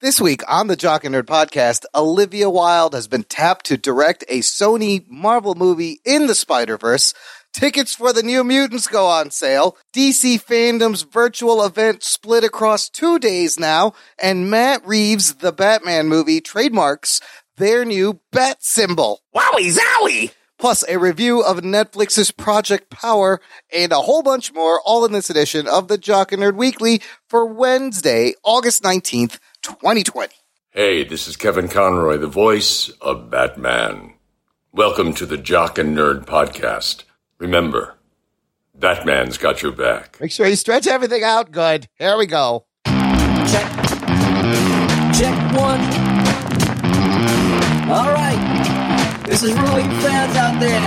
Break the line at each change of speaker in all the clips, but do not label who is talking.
This week on the Jock and Nerd podcast, Olivia Wilde has been tapped to direct a Sony Marvel movie in the Spider Verse. Tickets for the New Mutants go on sale. DC Fandom's virtual event split across two days now, and Matt Reeves' The Batman movie trademarks their new bat symbol.
Wowie zowie!
Plus, a review of Netflix's Project Power and a whole bunch more, all in this edition of the Jock and Nerd Weekly for Wednesday, August 19th, 2020.
Hey, this is Kevin Conroy, the voice of Batman. Welcome to the Jock and Nerd podcast. Remember, Batman's got your back.
Make sure you stretch everything out good. Here we go.
Check. Check one. All right. This is really fans out there.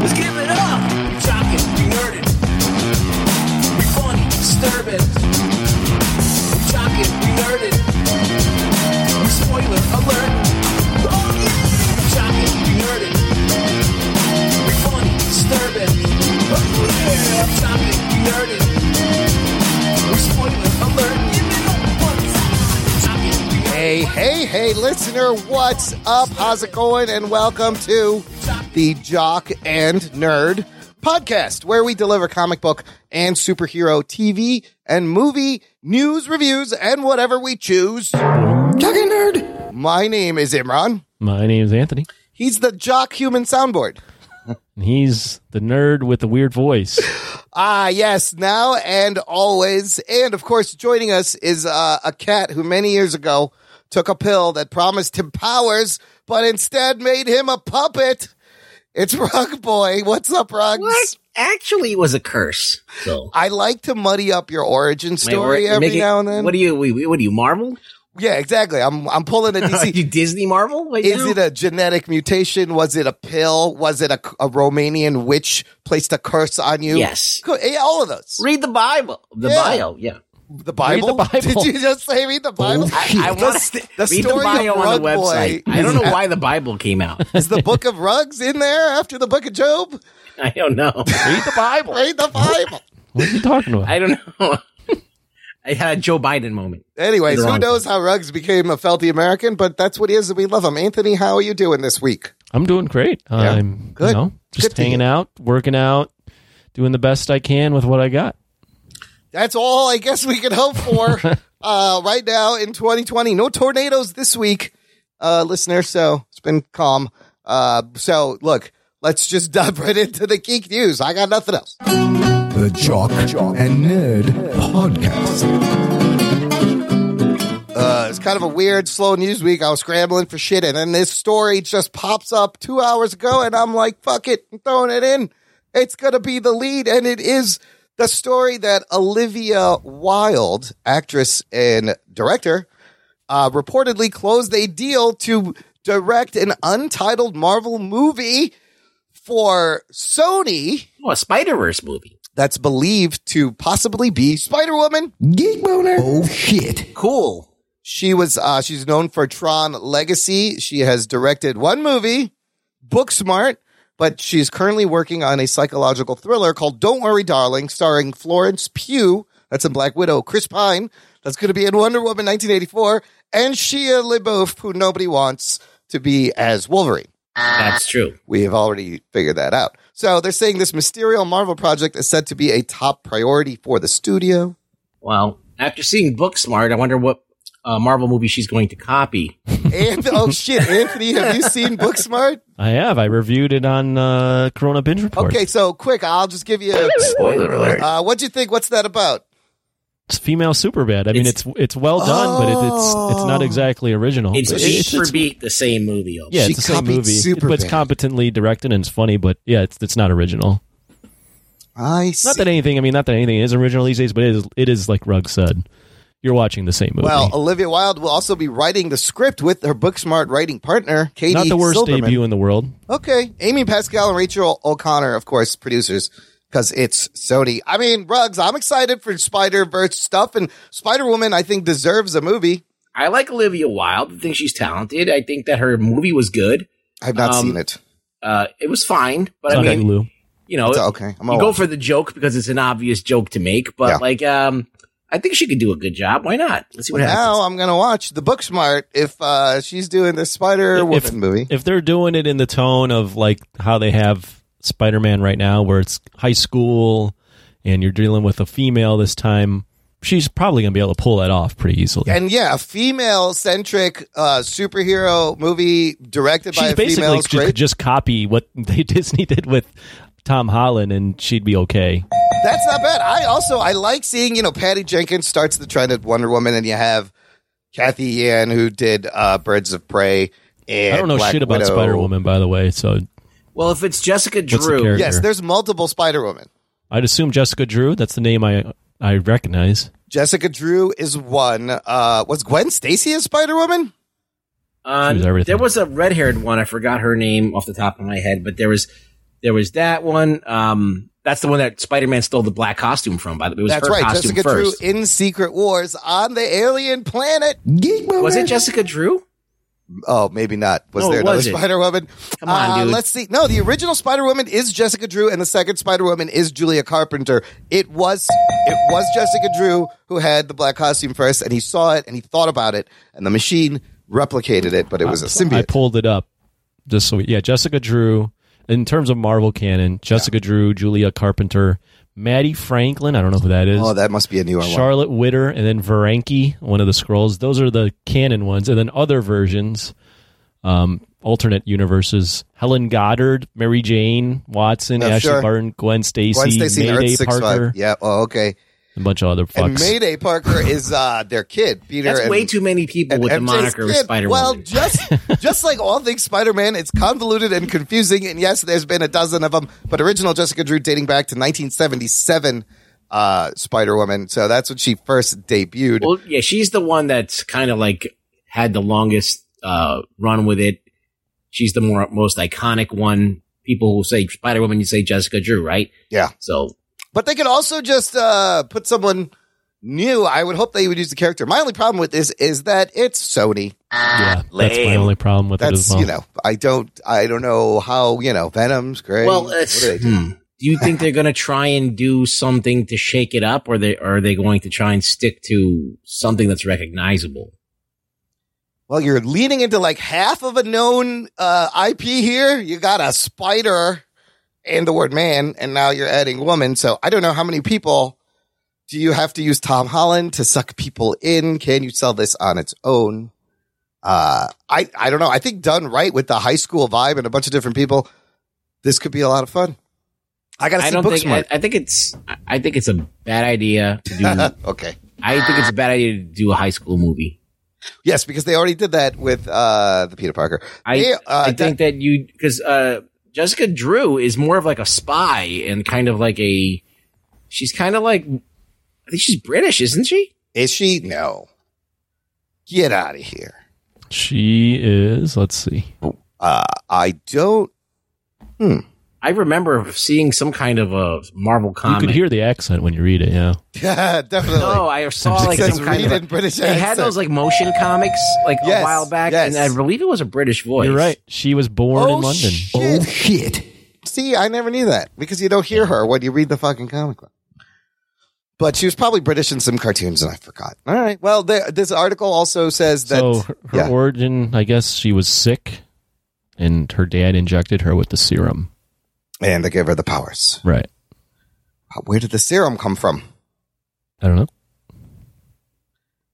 Let's give it up. We talking, we nerded. We funny, disturbing. We talking, we nerded. We spoiler alert. Oh yeah. We talking, we nerded. We funny, disturbing. Oh yeah. We talking, we nerded. We spoiler alert. Give it up one time. We talking, we nerded.
Hey, hey, hey, listener, what's up? How's it going? And welcome to the Jock and Nerd podcast, where we deliver comic book and superhero TV and movie news, reviews, and whatever we choose. My name is Imran.
My name's Anthony.
He's the Jock Human Soundboard.
And he's the nerd with the weird voice.
Ah, yes, now and always. And of course, joining us is uh, a cat who many years ago took a pill that promised him powers, but instead made him a puppet. It's Rug Boy. What's up, Rugs?
What? Actually, it was a curse. So
I like to muddy up your origin
Man,
story
we're-
every
make it-
now and then.
What do you? we- we- What do you? Marvel?
yeah, exactly. I'm I'm pulling a
you
DC.
Disney Marvel? Right
Is
now?
it a genetic mutation? Was it a pill? Was it a, a Romanian witch placed a curse on you?
Yes.
Cool. Yeah, all of those.
Read the Bible. The
Yeah.
bio. Yeah.
The Bible?
Read the Bible.
Did you just say read the Bible?
I
the,
want
st-
to
the
read the
story
bio
of
on
Rug
the website.
Boy.
I don't know why the Bible came out.
Is the book of rugs in there after the book of Job?
I don't know.
Read the Bible.
Read the Bible.
What are you talking about?
I don't know. I had a Joe Biden moment.
Anyways,
Later
who
on.
knows how Ruggs became a felty American, but that's what he is, and we love him. Anthony, how are you doing this week?
I'm doing great. I'm
Good.
You know, just
Good to
hanging
hear.
out, working out, doing the best I can with what I got.
That's all I guess we can hope for uh, right now in 2020. No tornadoes this week, uh, listener. So it's been calm. Uh, so look, let's just dive right into the geek news. I got nothing else.
The Jock and Nerd Podcast.
Uh, it's kind of a weird, slow news week. I was scrambling for shit, and then this story just pops up two hours ago, and I'm like, fuck it, I'm throwing it in. It's gonna be the lead, and it is the story that Olivia Wilde, actress and director, uh, reportedly closed a deal to direct an untitled Marvel movie for Sony
Oh, a Spider Verse movie.
that's believed to possibly be Spider Woman.
Geek Boner. Oh shit.
Cool.
She was uh, she's known for Tron Legacy. She has directed one movie, Booksmart, but she's currently working on a psychological thriller called Don't Worry Darling, starring Florence Pugh. That's in Black Widow. Chris Pine. That's going to be in Wonder Woman 1984, and Shia LaBeouf, who nobody wants to be as Wolverine.
That's true.
We have already figured that out. So they're saying this Mysterial Marvel project is said to be a top priority for the studio.
Well, after seeing Booksmart, I wonder what uh, Marvel movie she's going to copy.
And oh shit, Anthony, have you seen Booksmart?
I have. I reviewed it on uh, Corona Binge Report.
Okay, so quick, I'll just give you. A,
Spoiler alert.
uh, what'd you think? What's that about?
It's female Superbad. I mean, it's
It's-
it's, well done, but it, it's it's
Oh.
not exactly original.
It's
But
beat for beat the same movie.
yeah,
She
it's the same
copied
movie, but it's
Superbad.
competently directed and it's funny. But yeah, it's it's not original.
I see.
Not that anything. I mean, not that anything is original these days, but it is it is like Rug said. You're watching the same movie.
well, Olivia Wilde will also be writing the script with her Booksmart writing partner, Katie.
not the worst
Silverman.
debut in the world.
Okay, Amy Pascal and Rachel O'Connor, of course, producers. Because it's Sony. I mean, Rugs, I'm excited for Spider Verse stuff, and Spider Woman, I think, deserves a movie.
I like Olivia Wilde. I think she's talented. I think that her movie was good.
I've not
Um,
seen it.
Uh, it was fine, but
It's
I
on
mean,
Hulu.
you know,
It's okay. I'm
you
all
go for the joke because it's an obvious joke to make. But
Yeah.
like, um, I I think she could do a good job. Why not? Let's see what happens.
Now I'm gonna watch the Booksmart if uh, she's doing the Spider
if,
Woman movie.
if they're doing it in the tone of like how they have Spider-Man right now, where it's high school and you're dealing with a female this time, she's probably gonna be able to pull that off pretty easily.
and yeah, female centric uh, superhero movie directed by
she's
a female.
basically
is
just,
great.
just copy what they Disney did with Tom Holland, and she'd be okay.
That's not bad. I also I like seeing you know Patty Jenkins starts the trend at Wonder Woman, and you have Kathy Yan who did uh, Birds of Prey. And
I don't know
Black
shit about
Widow.
Spider Woman, by the way. So
Well, if it's Jessica
What's the
Drew,
character?
Yes, there's multiple Spider Woman.
I'd assume Jessica Drew. That's the name I I recognize.
Jessica Drew is one. Uh, was Gwen Stacy a Spider Woman?
Uh,
She was everything.
There was a red-haired one. I forgot her name off the top of my head, but there was there was that one. Um, that's the one that Spider-Man stole the black costume from. By the way, it was
That's
her
right,
costume
Jessica
first.
Drew in Secret Wars on the alien planet.
Geek boner.
was it Jessica Drew?
Oh, maybe not. Was
No,
there
it
another
wasn't.
Spider Woman?
Come on,
uh,
dude.
Let's see. No, the original Spider Woman is Jessica Drew, and the second Spider Woman is Julia Carpenter. It was it was Jessica Drew who had the black costume first, and he saw it and he thought about it, and the machine replicated it, but it was a
I
symbiote.
pulled it up just so we, yeah. Jessica Drew. In terms of Marvel canon, Jessica Drew, Julia Carpenter, Maddie Franklin. I don't know who that is.
Oh, that must be a newer one.
Charlotte Witter, and then Varanki, one of the scrolls. Those are the canon ones, and then other versions, um, alternate universes. Helen Goddard, Mary Jane Watson,
Yeah,
Ashley
sure.
Barton, Gwen Stacy,
Gwen Stacy, Earth
Mayday
Six
Parker,
Five. Yeah. Oh, okay.
and a bunch of other
And
fucks.
Mayday Parker is uh, their kid, Peter.
That's
and-
way too many people
and
with the
MJ's
moniker of
kid.
Spider-Man.
Well, just just like all things Spider-Man, it's convoluted and confusing. And yes, there's been a dozen of them, but original Jessica Drew dating back to 1977 uh, Spider-Woman. So that's when she first debuted.
well, yeah, she's the one that's kind of like had the longest uh, run with it. She's the more most iconic one. People who say Spider Woman, you say Jessica Drew, right?
Yeah.
So
But they could also just uh, put someone new. I would hope they would use the character. My only problem with this is that it's Sony.
yeah, that's my only problem with it as
That's
well.
you know, I don't, I don't know how you know Venom's great.
Well,
What
it's,
do they do?
hmm. do you think they're going to try and do something to shake it up, or they or are they going to try and stick to something that's recognizable?
Well, you're leaning into like half of a known uh, IP here. You got a spider and the word man, and now you're adding woman. So I don't know how many people do you have to use Tom Holland to suck people in? Can you sell this on its own? Uh, I I don't know. I think done right with the high school vibe and a bunch of different people, this could be a lot of fun. I gotta
I
see
don't think. I,
Booksmart.
I think it's. I- I think it's a bad idea to do.
okay.
I think it's a bad idea to do a high school movie.
Yes, because they already did that with uh, the Peter Parker.
I
They, uh,
I
done-
think that you because uh, Jessica Drew is more of like a spy and kind of like a. She's kind of like. I think she's British, isn't she?
Is she? No. Get out of here.
She is. Let's see.
Uh, I don't.
I remember seeing some kind of a Marvel comic.
You could hear the accent when you read it. Yeah,
Yeah, definitely.
No, I saw
It
like
says
some kind
read
of
in British
They had
accent.
those like motion comics like
Yes,
a while back,
yes.
and I believe it was a British voice.
you're right. She was born in
Oh,
London.
Oh
shit.
shit.
See, I never knew that because you don't hear her when you read the fucking comic book. But she was probably British in some cartoons, and I forgot. All right. Well, there, this article also says that.
so her, her
yeah.
origin, I guess, she was sick, and her dad injected her with the serum.
and they gave her the powers. Uh,
Right.
Where did the serum come from?
I don't know.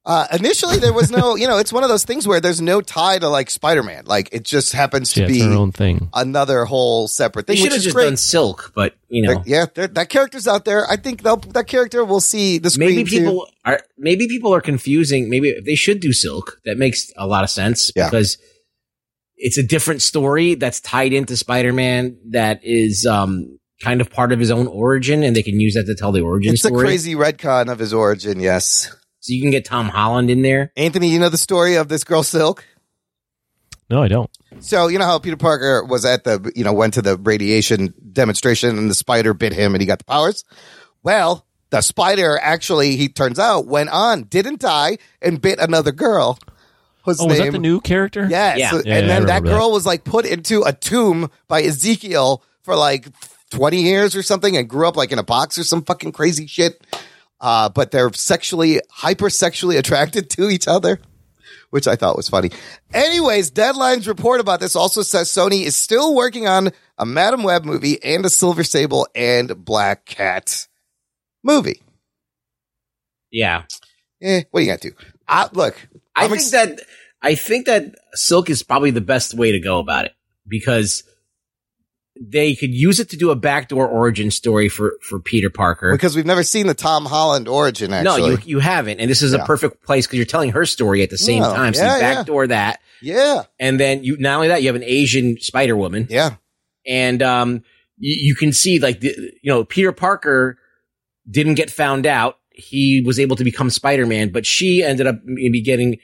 Uh, initially, there was no, you know, it's one of those things where there's no tie to like Spider Man. Like, it just happens to
Yeah, it's her
be
own thing.
another whole separate
They
thing.
should
which
have
is
just
great.
done Silk, but you know,
They're- yeah, they're- that character's out there. I think they'll, that character will see the screen.
maybe
too.
people are maybe people are confusing. Maybe they should do Silk. That makes a lot of sense
Yeah.
because it's a different story that's tied into Spider-Man. That is um, kind of part of his own origin, and they can use that to tell the origin
It's a
story.
crazy redcon of his origin. Yes,
so you can get Tom Holland in there.
Anthony, you know the story of this girl Silk.
No, I don't.
So you know how Peter Parker was at the you know went to the radiation demonstration and the spider bit him and he got the powers. Well, the spider actually he turns out went on didn't die and bit another girl. Whose
Oh, was that the new character?
Yes.
Yeah.
So-
Yeah,
and
yeah, I
then that
remember that.
girl was like put into a tomb by Ezekiel for like 20 years or something and grew up like in a box or some fucking crazy shit. uh, but they're sexually hypersexually attracted to each other, which I thought was funny. Anyways, Deadline's report about this also says Sony is still working on a Madam Web movie and a Silver Sable and Black Cat movie.
Yeah.
Eh, what do you got to do? I, look,
I
I'm
think
ex-
that I think that Silk is probably the best way to go about it because they could use it to do a backdoor origin story for for Peter Parker.
because we've never seen the Tom Holland origin. Actually,
No, you you haven't, and this is
Yeah.
a perfect place because you're telling her story at the same
No,
time. So
yeah,
you
yeah.
backdoor that,
yeah,
and then you not only that you have an Asian Spider Woman,
yeah.
and um, you, you can see like the, you know Peter Parker didn't get found out. He was able to become Spider Man, but she ended up maybe getting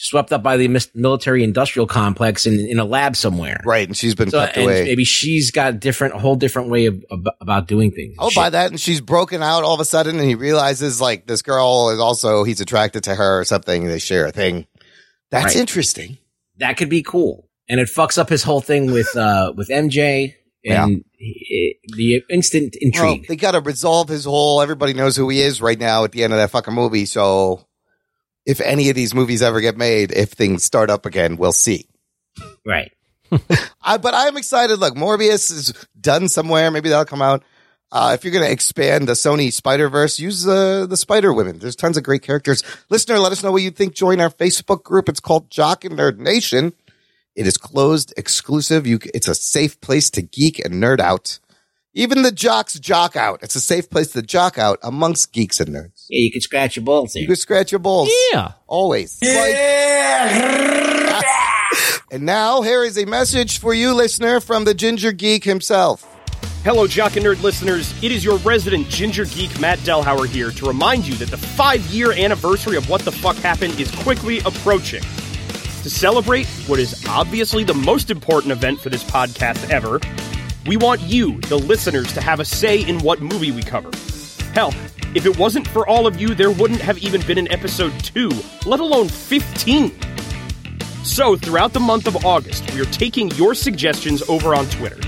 swept up by the mis- military industrial complex in in a lab somewhere.
Right, and she's been
So,
kept
and
away.
maybe she's got a different, a whole different way of, ab- about doing things.
I'll buy that, and she's broken out all of a sudden, and he realizes like this girl is also he's attracted to her or something. and They share a thing. That's
Right.
interesting.
that could be cool. And it fucks up his whole thing with uh with MJ and he- the instant
Well,
intrigue.
they got to resolve his whole. Everybody knows who he is right now at the end of that fucking movie. So, if any of these movies ever get made, if things start up again, we'll see.
right.
I, but I'm excited. Look, Morbius is done somewhere. Maybe that'll come out. Uh, if you're going to expand the Sony Spider Verse, use uh, the Spider Women. There's tons of great characters. Listener, let us know what you think. Join our Facebook group. It's called Jock and Nerd Nation. It is closed, exclusive. You, c- it's a safe place to geek and nerd out. Even the jocks jock out. It's a safe place to jock out amongst geeks and nerds.
Yeah, you could scratch your balls there.
You can scratch your balls.
Yeah.
Always. Yeah. and now here is a message for you, listener, from the Ginger Geek himself.
Hello, Jock and Nerd listeners. It is your resident ginger geek, Matt Delhauer, here to remind you that the five year anniversary of What the Fuck Happened is quickly approaching. To celebrate what is obviously the most important event for this podcast ever, we want you, the listeners, to have a say in what movie we cover. Hell, if it wasn't for all of you, there wouldn't have even been an episode 2, let alone 15. So, throughout the month of August, we are taking your suggestions over on Twitter.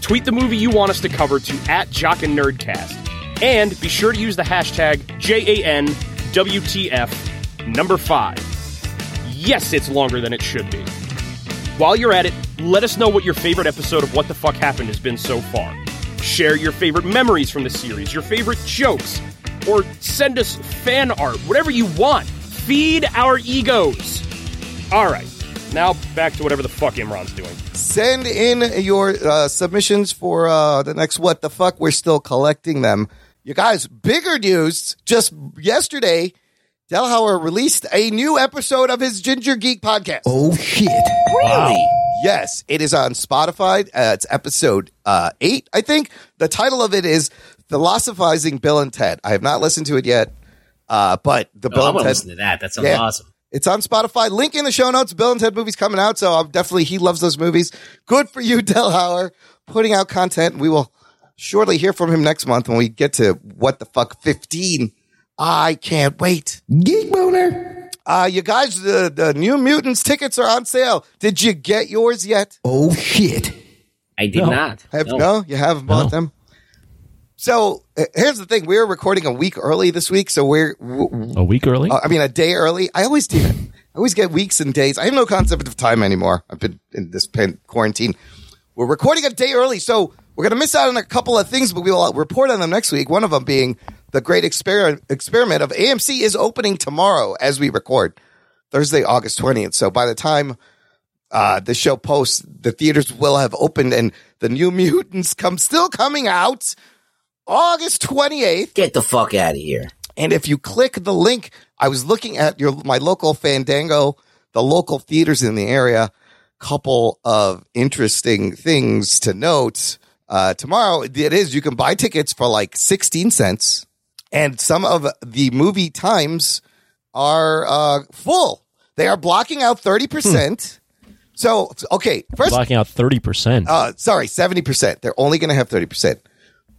Tweet the movie you want us to cover to at Jock and Nerdcast. And be sure to use the hashtag JANWTF number five. Yes, it's longer than it should be. While you're at it, let us know what your favorite episode of What the Fuck Happened has been so far. Share your favorite memories from the series, your favorite jokes, or send us fan art, whatever you want. Feed our egos. All right, now back to whatever the fuck Imran's doing.
Send in your uh, submissions for uh, the next What the Fuck. We're still collecting them. You guys, bigger news. Just yesterday, Delhauer released a new episode of his Ginger Geek podcast.
Oh shit.
Yes, it is on Spotify. Uh, it's episode uh, eight, I think. The title of it is "Philosophizing Bill and Ted." I have not listened to it yet, uh, but the
Oh,
Bill
I
and
want to
Ted.
listen to that. That sounds
Yeah.
awesome.
It's on Spotify. Link in the show notes. Bill and Ted movies coming out, so I'm definitely he loves those movies. Good for you, Del Hauer, putting out content. We will shortly hear from him next month when we get to what the fuck 15. I can't wait.
Geek boner.
Uh, you guys, the, the New Mutants tickets are on sale. Did you get yours yet?
Oh shit.
I did
No.
not.
Have no, you haven't bought them. So uh, here's the thing: we were recording a week early this week, so we're w- w-
A week early?
uh, I mean a day early. I always do that. I always get weeks and days. I have no concept of time anymore. I've been in this pen- quarantine. We're recording a day early, so we're going to miss out on a couple of things, but we will report on them next week. One of them being the great exper- experiment of AMC is opening tomorrow as we record Thursday, August twentieth. So by the time uh, the show posts, the theaters will have opened, and the New Mutants come still coming out August twenty eighth.
Get the fuck out of here.
And if you click the link, I was looking at your my local Fandango, the local theaters in the area. Couple of interesting things to note. Uh, tomorrow it is you can buy tickets for like sixteen cents, and some of the movie times are uh, full. They are blocking out thirty percent. So okay, first
Blocking out 30%.
uh, sorry, seventy percent. They're only going to have thirty percent.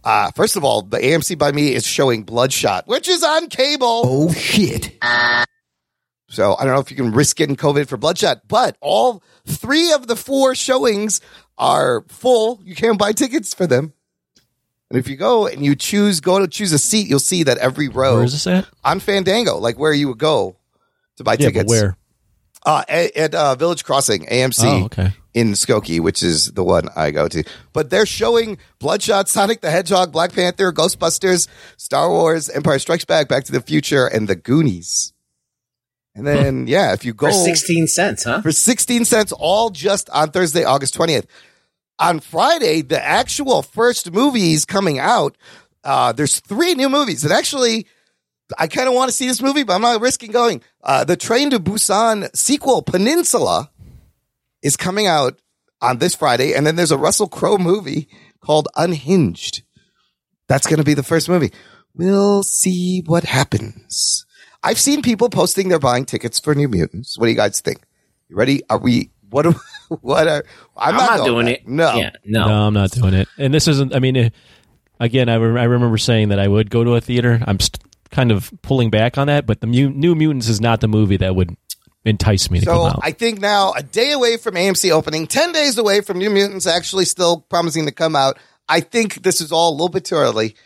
Uh, first of all, the AMC by me is showing Bloodshot, which is on cable.
Oh shit.
So I don't know if you can risk getting COVID for Bloodshot, but all three of the four showings are full. You can't buy tickets for them. And if you go and you choose, go to choose a seat, you'll see that every row
Where is this at?
on Fandango, like where you would go to buy
Yeah, but
tickets.
where?
Uh, at at, uh, Village Crossing, AMC
Oh, okay.
in Skokie, which is the one I go to. But they're showing Bloodshot, Sonic the Hedgehog, Black Panther, Ghostbusters, Star Wars, Empire Strikes Back, Back to the Future, and The Goonies. And then, yeah, if you go
for 16 cents, huh?
for 16 cents, all just on Thursday, August 20th. On Friday, the actual first movies coming out. Uh, there's three new movies. And actually, I kind of want to see this movie, but I'm not risking going. Uh, the Train to Busan sequel, Peninsula, is coming out on this Friday. And then there's a Russell Crowe movie called Unhinged. That's going to be the first movie. We'll see what happens. I've seen people posting they're buying tickets for New Mutants. What do you guys think? You ready? Are we? What? Are, what are? I'm,
I'm not,
going
doing
back.
it.
No.
Yeah, no.
No, I'm not doing it. And this isn't. I mean, eh, again, I, re- I remember saying that I would go to a theater. I'm st- kind of pulling back on that, but the Mu- New Mutants is not the movie that would entice me to
So
come out.
I think now a day away from AMC opening, ten days away from New Mutants actually still promising to come out. I think this is all a little bit too early.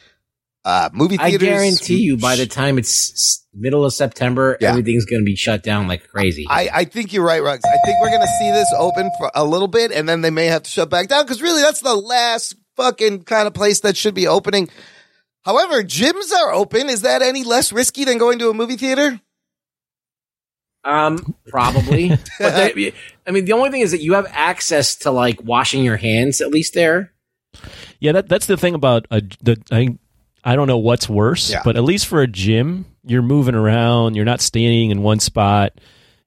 Uh, movie
I
theaters.
guarantee you by the time it's s- middle of September,
Yeah.
everything's going to be shut down like crazy.
I, I think you're right, Ruggs. I think we're going to see this open for a little bit and then they may have to shut back down because really that's the last fucking kind of place that should be opening. However, gyms are open. Is that any less risky than going to a movie theater?
Um, probably. but they, I mean, the only thing is that you have access to like washing your hands at least there.
yeah, that, that's the thing about a, the. I, I don't know what's worse,
Yeah.
but at least for a gym, you're moving around. You're not standing in one spot.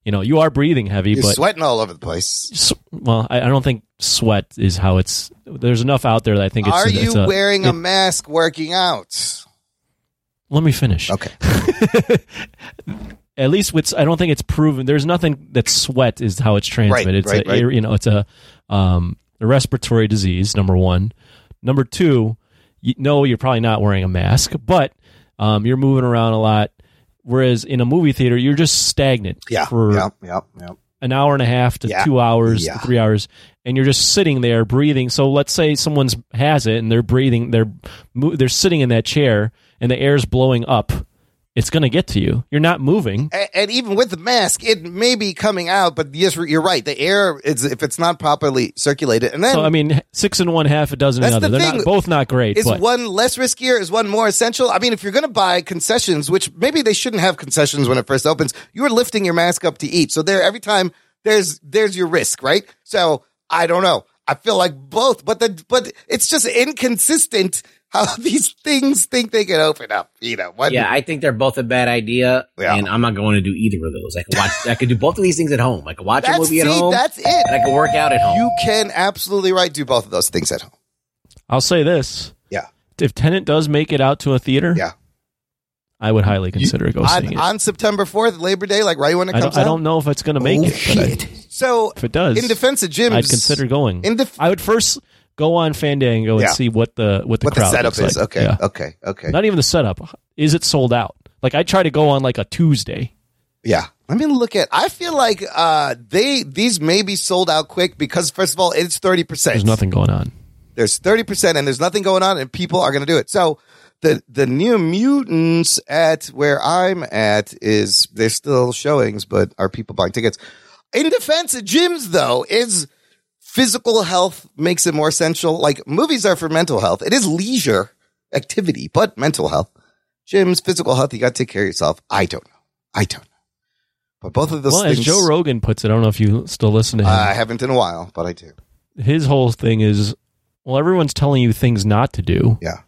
You know, you are breathing heavy,
You're
but
sweating all over the place.
s- well, I, I don't think sweat is how it's. There's enough out there that I think it's.
Are
it's
you
a-
wearing
it-
a mask working out?
Let me finish.
Okay.
At least with I don't think it's proven. There's nothing that sweat is how it's transmitted. it's
right,
a,
right.
you know it's a um, a respiratory disease. Number one. Number two. You, no, you're probably not wearing a mask, but um, you're moving around a lot. Whereas in a movie theater, you're just stagnant
Yeah.
for
yeah. Yeah. Yeah.
an hour and a half to
Yeah.
two hours,
Yeah.
to three hours, and you're just sitting there breathing. So let's say someone's has it and they're breathing, they're mo- they're sitting in that chair and the air's blowing up. It's gonna get to you. You're not moving.
and, and even with the mask, it may be coming out, but yes, you're right. The air is if it's not properly circulated, and then
So I mean, six and one, half a dozen
That's
another.
the
they're
thing.
not both not great.
is
but
one less riskier? Is one more essential? I mean, if you're going to buy concessions, which maybe they shouldn't have concessions when it first opens, you're lifting your mask up to eat. So there, every time there's there's your risk, right? So I don't know. I feel like both, but the but it's just inconsistent how these things think they can open up. You know, one,
Yeah, I think they're both a bad idea,
Yeah.
and I'm not going to do either of those. I can watch. I could do both of these things at home. I could watch
that's
a movie at
see,
home,
that's it.
and I could work out at home.
You can absolutely right do both of those things at home.
I'll say this:
Yeah.
if Tenant does make it out to a theater,
Yeah.
I would highly consider go seeing
on,
it.
on September 4th, Labor Day, like right when it
I
comes
don't, I
out.
don't know if it's gonna make
Oh,
it. But I-
shit.
so,
if it does,
in defense of gyms,
I'd consider going.
in def-
I would first go on Fandango and
Yeah.
see what the what the
what the
crowd
setup
looks like.
is. Okay,
Yeah.
okay, okay.
not even the setup. Is it sold out? Like I try to go on like a Tuesday.
Yeah. Let me look at. I feel like uh they these may be sold out quick because first of all, it's thirty percent.
There's nothing going on.
There's thirty percent, and there's nothing going on, and people are going to do it. So the the New Mutants at where I'm at is they're still showings, but are people buying tickets? In defense of gyms, though, is physical health makes it more essential. Like movies are for mental health. It is leisure activity, but mental health. Gyms, physical health. You got to take care of yourself. I don't know. I don't know. But both of those
well,
things.
as Joe Rogan puts it, I don't know if you still listen to him.
I haven't in a while, but I do.
His whole thing is, well, everyone's telling you things not to do.
Yeah.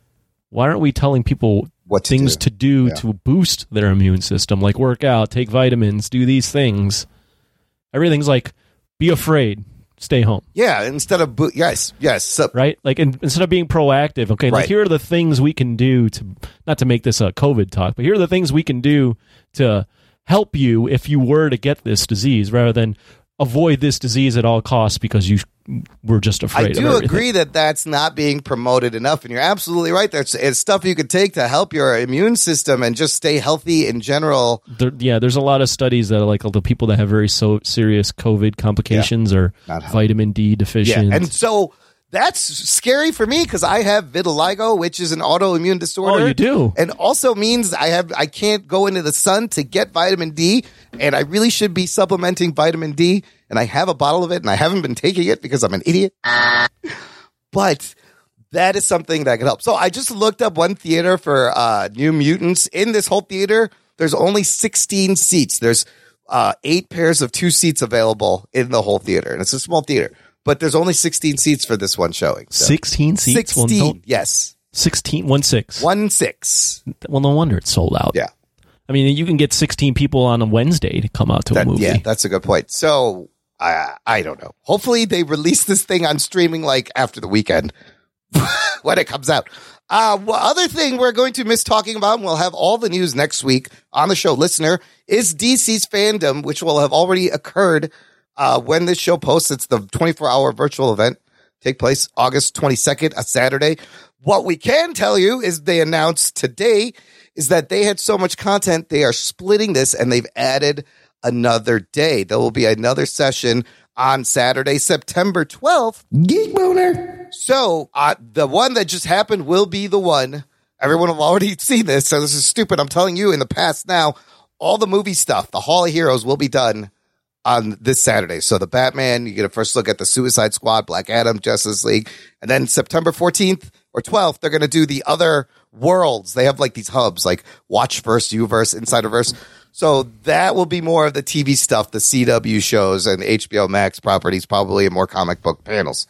Why aren't we telling people
What to
things
do.
to do
Yeah.
to boost their immune system, like work out, take vitamins, do these things? Everything's like, be afraid, stay home.
Yeah, instead of bo- yes, yes. So
right? Like in, instead of being proactive, okay,
Right.
like here are the things we can do to not to make this a COVID talk, but here are the things we can do to help you if you were to get this disease, rather than avoid this disease at all costs because you were just afraid.
I
of
do
everything.
agree that that's not being promoted enough, and you're absolutely right. There's it's stuff you could take to help your immune system and just stay healthy in general.
There, yeah, there's a lot of studies that are like the people that have very so serious COVID complications or
Not helpful.
vitamin D deficient.
and so That's scary for me because I have vitiligo, which is an autoimmune disorder.
Oh, you do?
and also means I have I can't go into the sun to get vitamin D, and I really should be supplementing vitamin D. And I have a bottle of it, and I haven't been taking it because I'm an idiot. But that is something that could help. So I just looked up one theater for uh, New Mutants. In this whole theater, there's only 16 seats. There's uh, eight pairs of two seats available in the whole theater, and it's a small theater. But there's only 16 seats for this one showing. So.
16 seats? Well,
16,
no,
yes,
16, one six.
one six.
Well, no wonder it's sold out.
Yeah.
I mean, you can get 16 people on a Wednesday to come out to a
That-
movie.
Yeah, that's a good point. So I I don't know. Hopefully they release this thing on streaming like after the weekend when it comes out. Uh, well, other thing we're going to miss talking about, and we'll have all the news next week on the show, listener, is DC's fandom, which will have already occurred uh, when this show posts. It's the 24 hour virtual event take place August 22nd, a Saturday. What we can tell you is they announced today is that they had so much content, they are splitting this and they've added another day. There will be another session on Saturday, September 12th.
Geek boner.
So uh, the one that just happened will be the one. Everyone will already see this. So this is stupid. I'm telling you in the past now, all the movie stuff, the Hall of Heroes will be done on this Saturday. So the Batman, you get a first look at the Suicide Squad, Black Adam, Justice League, and then September 14th or 12th, they're going to do the other worlds. They have like these hubs like Watchverse, Uverse, Insiderverse. So that will be more of the TV stuff, the CW shows and HBO Max properties, probably, and more comic book panels.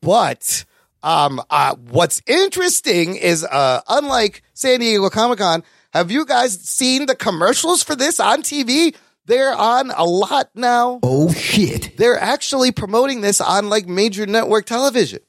But um, uh, what's interesting is, uh, unlike San Diego Comic Con, have you guys seen the commercials for this on TV? They're on a lot now.
Oh shit.
They're actually promoting this on like major network television.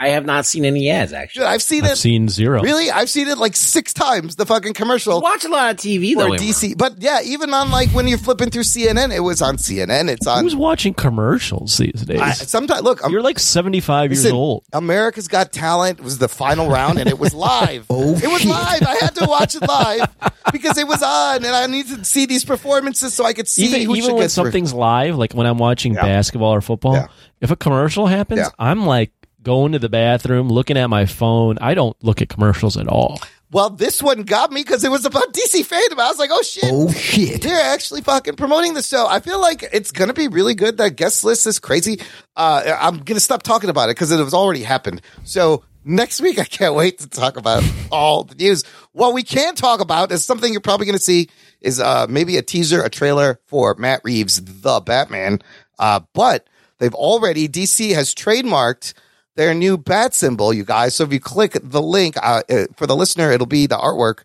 I have not seen any ads actually.
Dude, I've seen
I've
it.
seen zero.
really, I've seen it like six times. The fucking commercial.
I watch a lot of TV
for
though. Amber.
DC, but yeah, even on like when you're flipping through CNN, it was on CNN. It's on.
Who's watching commercials these days?
sometimes look, I'm,
You're like 75 years
Listen,
old.
America's Got Talent was the final round, and it was live.
Oh,
it was
shit.
live. I had to watch it live because it was on, and I needed to see these performances so I could see
even
who
even
should
when
get through.
something's live, like when I'm watching basketball or football,
Yeah.
if a commercial happens,
Yeah.
I'm like going to the bathroom, looking at my phone. I don't look at commercials at all.
Well, this one got me because it was about DC fandom. I was like, oh shit.
Oh shit.
They're actually fucking promoting the show. I feel like it's gonna be really good. That guest list is crazy. Uh, I'm gonna stop talking about it because it has already happened. So next week, I can't wait to talk about all the news. What we can talk about is something you're probably gonna see is uh, maybe a teaser, a trailer for Matt Reeves, the Batman. Uh, but they've already DC has trademarked their new bat symbol, you guys. So if you click the link uh, uh, for the listener, it'll be the artwork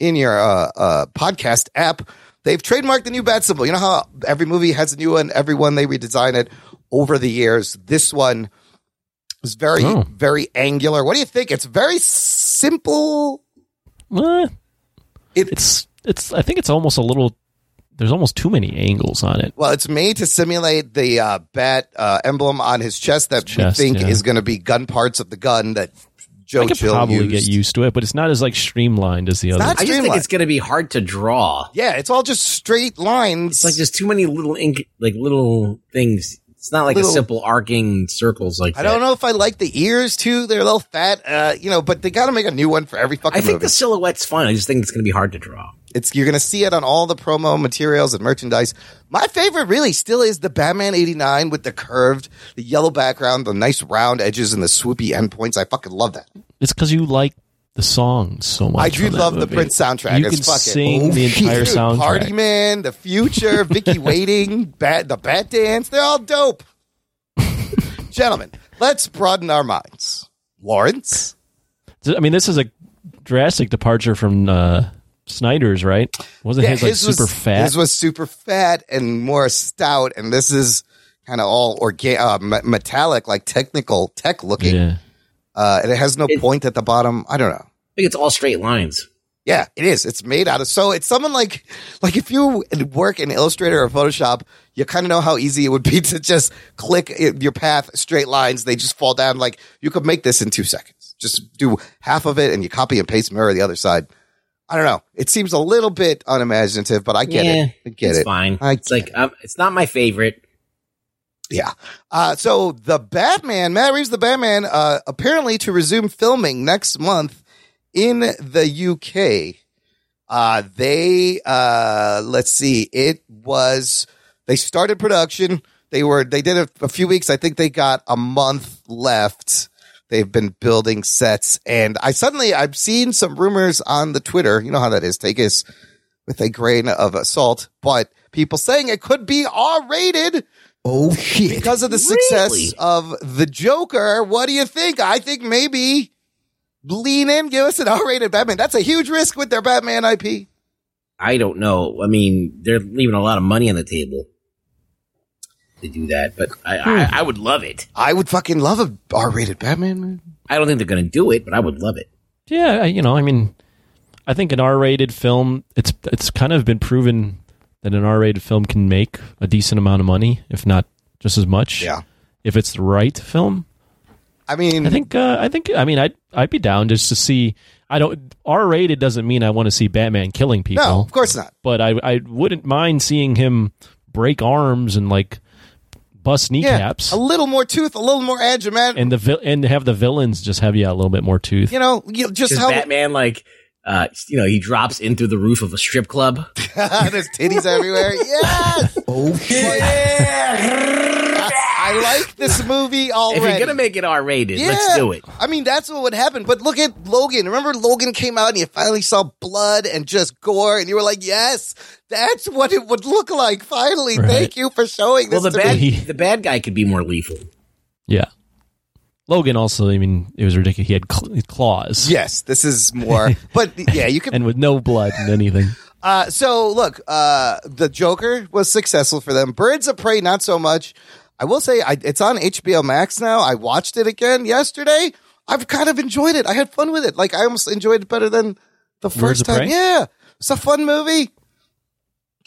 in your uh, uh, podcast app. They've trademarked the new bat symbol. You know how every movie has a new one, every one they redesign it over the years. This one is very,
Oh.
very angular. What do you think? It's very simple.
Eh,
It-
it's it's. I think it's almost a little. There's almost too many angles on it.
Well, it's made to simulate the uh, bat uh, emblem on his chest that
Chest,
we think
yeah.
is going to be gun parts of the gun that Joe
I could
Chill
probably
used.
get used to it, but it's not as like streamlined as the other.
Not
I just think
streamlined.
it's going to be hard to draw.
yeah, it's all just straight lines.
It's like there's too many little ink, like little things. It's not like
Little-
a simple arcing circles like
I
that.
don't know if I like the ears too. They're a little fat, uh, you know, but they got to make a new one for every fucking
I think
movie.
the silhouette's fun. I just think it's going to be hard to draw.
it's you're going to see it on all the promo materials and merchandise. My favorite really still is the Batman 89 with the curved, the yellow background, the nice round edges and the swoopy endpoints. I fucking love that.
It's because you like the songs so much.
I do
from that
love the
movie.
Prince soundtrack.
You
It's
can
fucking-
sing
Oh,
the
shit.
entire
Dude,
soundtrack.
Party Man, The Future, Vicky Waiting, Bat, the Bat Dance, they're all dope. Gentlemen, let's broaden our minds. Lawrence,
I mean, this is a drastic departure from uh, Snyder's, right? Wasn't his like super
was,
fat?
His was super fat and more stout, and this is kind of all orga- uh, me- metallic, like technical tech looking.
yeah.
Uh, and it has no
It-
point at the bottom. I don't know.
I think it's all straight lines.
Yeah, it is. It's made out of so it's someone like like if you work in Illustrator or Photoshop, you kind of know how easy it would be to just click i- your path straight lines. They just fall down. Like you could make this in two seconds. Just do half of it and you copy and paste mirror the other side. I don't know. It seems a little bit unimaginative, but I get
Yeah,
it. I get
it's
it.
fine.
I
it's like um, it's not my favorite.
Yeah. Uh, so the Batman, Matt Reeves, the Batman, uh, apparently to resume filming next month in the UK. Uh, they, uh, let's see, it was, they started production. They were, they did a, a few weeks. I think they got a month left. They've been building sets. And I suddenly, I've seen some rumors on the Twitter. You know how that is. Take us with a grain of salt, but people saying it could be R rated.
Oh shit.
because of the success of the Joker. What do you think? I think maybe lean in, give us an R-rated Batman. That's a huge risk with their Batman IP.
I don't know. I mean, they're leaving a lot of money on the table to do that, but I,
Hmm.
I, I would love it.
I would fucking love a R-rated Batman movie.
I don't think they're going to do it, but I would love it.
Yeah, I- you know, I mean, I think an R-rated film it's it's kind of been proven that an R-rated film can make a decent amount of money, if not just as much.
Yeah.
If it's the right film,
I mean,
I think uh, I think I mean I'd I'd be down just to see. I don't R-rated doesn't mean I want to see Batman killing people,
no, of course not.
but I I wouldn't mind seeing him break arms and like bust
Yeah,
kneecaps
a little more tooth, a little more edge, man.
and the vil- and have the villains just have yeah a little bit more tooth.
you know, you just
Just
how
Batman, like, uh, you know, he drops in through the roof of a strip club.
there's titties everywhere. Yes,
Oh shit.
I like this movie already.
If you're going to make it R rated, let's do it.
I mean, that's what would happen. But look at Logan. Remember, Logan came out and you finally saw blood and just gore, and you were like, "Yes, that's what it would look like." Finally,
Right.
thank you for showing
Well,
this
the
to me.
bad,
me.
the bad guy could be more lethal.
Yeah. Logan also, I mean, it was ridiculous. He had cl- claws.
Yes, this is more. but yeah, you can.
And with no blood and anything.
Uh, so look, uh, the Joker was successful for them. Birds of Prey, not so much. I will say, I, it's on HBO Max now. I watched it again yesterday. I've kind of enjoyed it. I had fun with it. Like I almost enjoyed it better than the first
of
time.
Prey?
Yeah, it's a fun movie.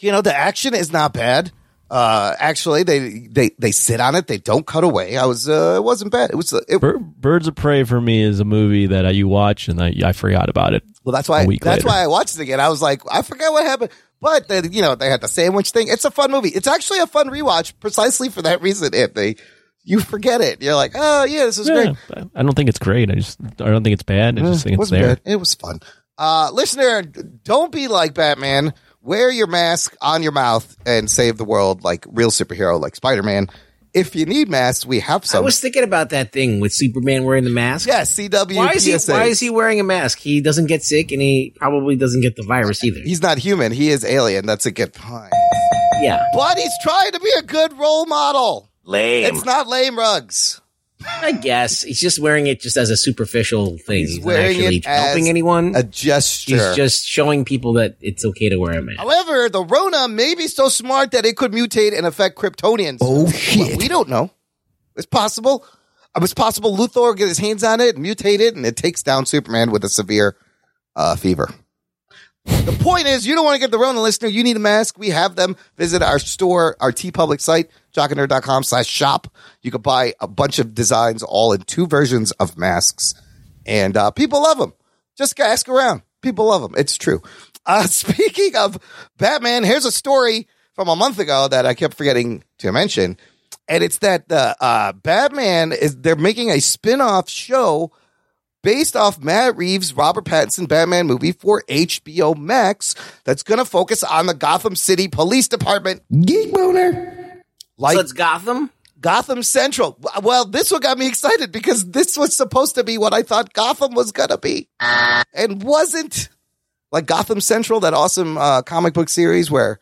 You know, the action is not bad. Uh, actually, they they they sit on it. They don't cut away. I was uh, it wasn't bad. It was uh, it,
Bir- Birds of Prey for me is a movie that I, you watch and I, I forgot about it.
Well, that's why
a week
that's
later.
why I watched it again. I was like, I forgot what happened, but they, you know they had the sandwich thing. It's a fun movie. It's actually a fun rewatch precisely for that reason. Anthony, you forget it. You're like, oh yeah, this was
Yeah,
great. Eh,
but I don't think it's great. I just I don't think it's bad. I just think it's
wasn't
there.
bad. It was fun. Uh, listener, don't be like Batman. Wear your mask on your mouth and save the world like real superhero, like Spider Man. If you need masks, we have
I
some.
was thinking about that thing with Superman wearing the mask.
yes, CW.
Why is he?
PSA.
Why is he wearing a mask? He doesn't get sick, and he probably doesn't get the virus either.
He's not human. He is alien. That's a good point.
yeah,
But he's trying to be a good role model.
Lame.
It's not lame rugs.
I guess he's just wearing it just as a superficial thing. He's, not
wearing
actually
it as
helping anyone.
A gesture.
he's just showing people that it's okay to wear a mask.
However, the Rona may be so smart that it could mutate and affect Kryptonians.
Oh
Well,
shit.
we don't know. It's possible. It was possible Luthor get his hands on it, mutate it, and it takes down Superman with a severe uh, fever. The point is, you don't want to get the Rona listener. You need a mask. We have them. Visit our store, our T Public site, jockandnerd.com slash shop. You can buy a bunch of designs, all in two versions of masks. And uh, people love them. Just go ask around. People love them. It's true. Uh, speaking of Batman, here's a story from a month ago that I kept forgetting to mention. And it's that the uh, Batman is they're making a spin-off show based off Matt Reeves' Robert Pattinson Batman movie for HBO Max that's going to focus on the Gotham City Police Department.
Geek boner.
Like
so it's Gotham.
Gotham Central. Well, this one got me excited because this was supposed to be what I thought Gotham was going to be and wasn't. Like Gotham Central, that awesome uh, comic book series where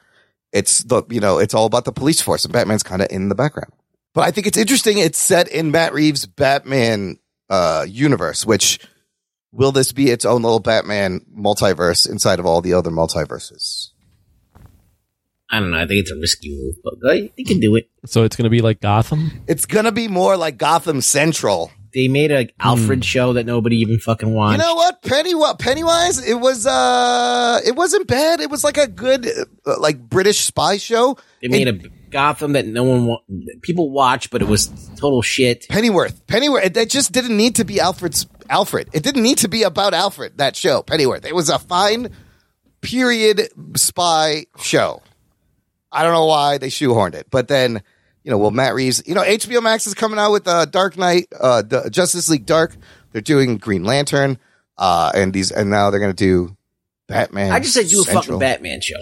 it's the, you know, it's all about the police force and Batman's kind of in the background. But I think it's interesting. It's set in Matt Reeves' Batman uh, universe, which will this be its own little Batman multiverse inside of all the other multiverses?
I don't know. I think it's a risky move, but uh, they they can do it.
So it's going to be like Gotham.
It's going to be more like Gotham Central.
They made a Alfred show that nobody even fucking
Hmm. You
watched.
know what, Penny? What Pennywise? It was uh, it wasn't bad. It was like a good, uh, like British spy show.
they made a Gotham that no one wa- people watch, but it was total shit.
Pennyworth, Pennyworth. It, that just didn't need to be Alfred's Alfred. It didn't need to be about Alfred. That show, Pennyworth. It was a fine period spy show. I don't know why they shoehorned it, but then you know, will Matt Reeves, you know, HBO Max is coming out with uh, Dark Knight, uh, D- Justice League Dark. They're doing Green Lantern, uh, and these, and now they're going to do Batman.
I just said do a
Central. Uh,
fucking Batman show.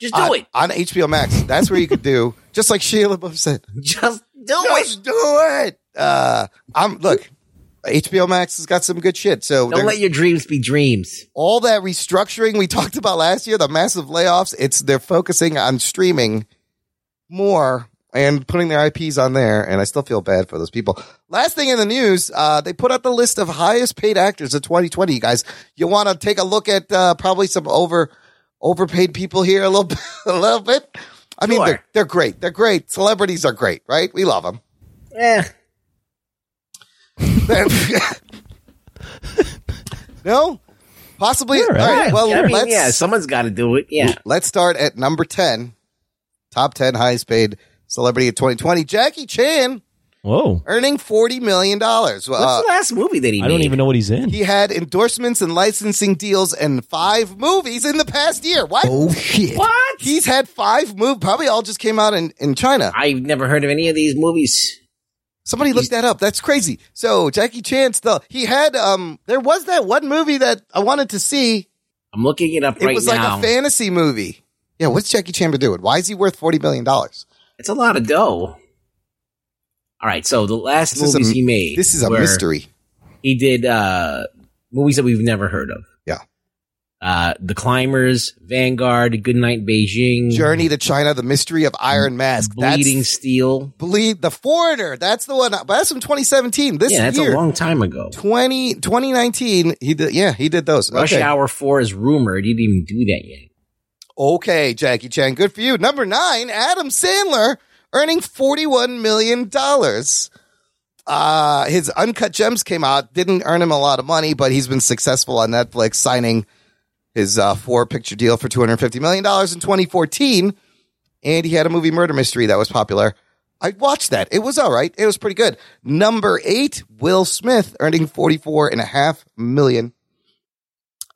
Just do
on,
it.
on HBO Max. That's where you could do, just like Sheila Buff said,
Just do it.
just do it. Uh, I'm look, HBO Max has got some good shit. So
Don't
they're-
let your dreams be dreams.
all that restructuring we talked about last year, the massive layoffs, it's they're focusing on streaming more and putting their IPs on there. And I still feel bad for those people. Last thing in the news, uh, they put out the list of highest paid actors of 2020. You guys, you want to take a look at uh, probably some over overpaid people here a little bit, a little bit. I mean,
Sure.
they're, they're great. They're great. Celebrities are great, right? We love them.
Eh.
no, possibly.
All right.
All right. Well,
I mean,
let's
yeah, someone's got to do it. Yeah.
Let's start at number 10. Top 10 highest paid celebrity of 2020. Jackie Chan
Whoa.
earning $40 million.
What's
Uh,
the last movie that he
I don't
made?
even know what he's in.
he had endorsements and licensing deals and five movies in the past year. What?
Oh shit.
What?
He's had five movies. Probably all just came out in, in China.
I've never heard of any of these movies.
Somebody look that up. That's crazy. So Jackie Chan still, he had, um, there was that one movie that I wanted to see.
I'm looking it up
It
right
was
now.
like a fantasy movie. Yeah. What's Jackie Chan been doing? Why is he worth $40 million?
it's a lot of dough. All right, so the last
This is a-
movies he made.
This is a
were-
mystery.
He did uh, movies that we've never heard of.
Yeah.
Uh, the Climbers, Vanguard, Goodnight Beijing,
Journey to China, The Mystery of Iron Mask.
Mm-hmm. Bleeding
That's
Steel.
bleed the foreigner. That's the one. But that's from 2017. This
Yeah, that's
year,
a long time ago.
20, 2019, he did. Yeah, he did those.
Rush
okay.
Hour 4 is rumored. He didn't even do that yet.
Okay, Jackie Chan, good for you. Number nine, Adam Sandler earning $41 million. Uh, his Uncut Gems came out, didn't earn him a lot of money, but he's been successful on Netflix, signing his uh, four picture deal for $250 million in 2014. And he had a movie murder mystery that was popular. I watched that. It was all right. It was pretty good. Number eight, Will Smith earning $44.5 million.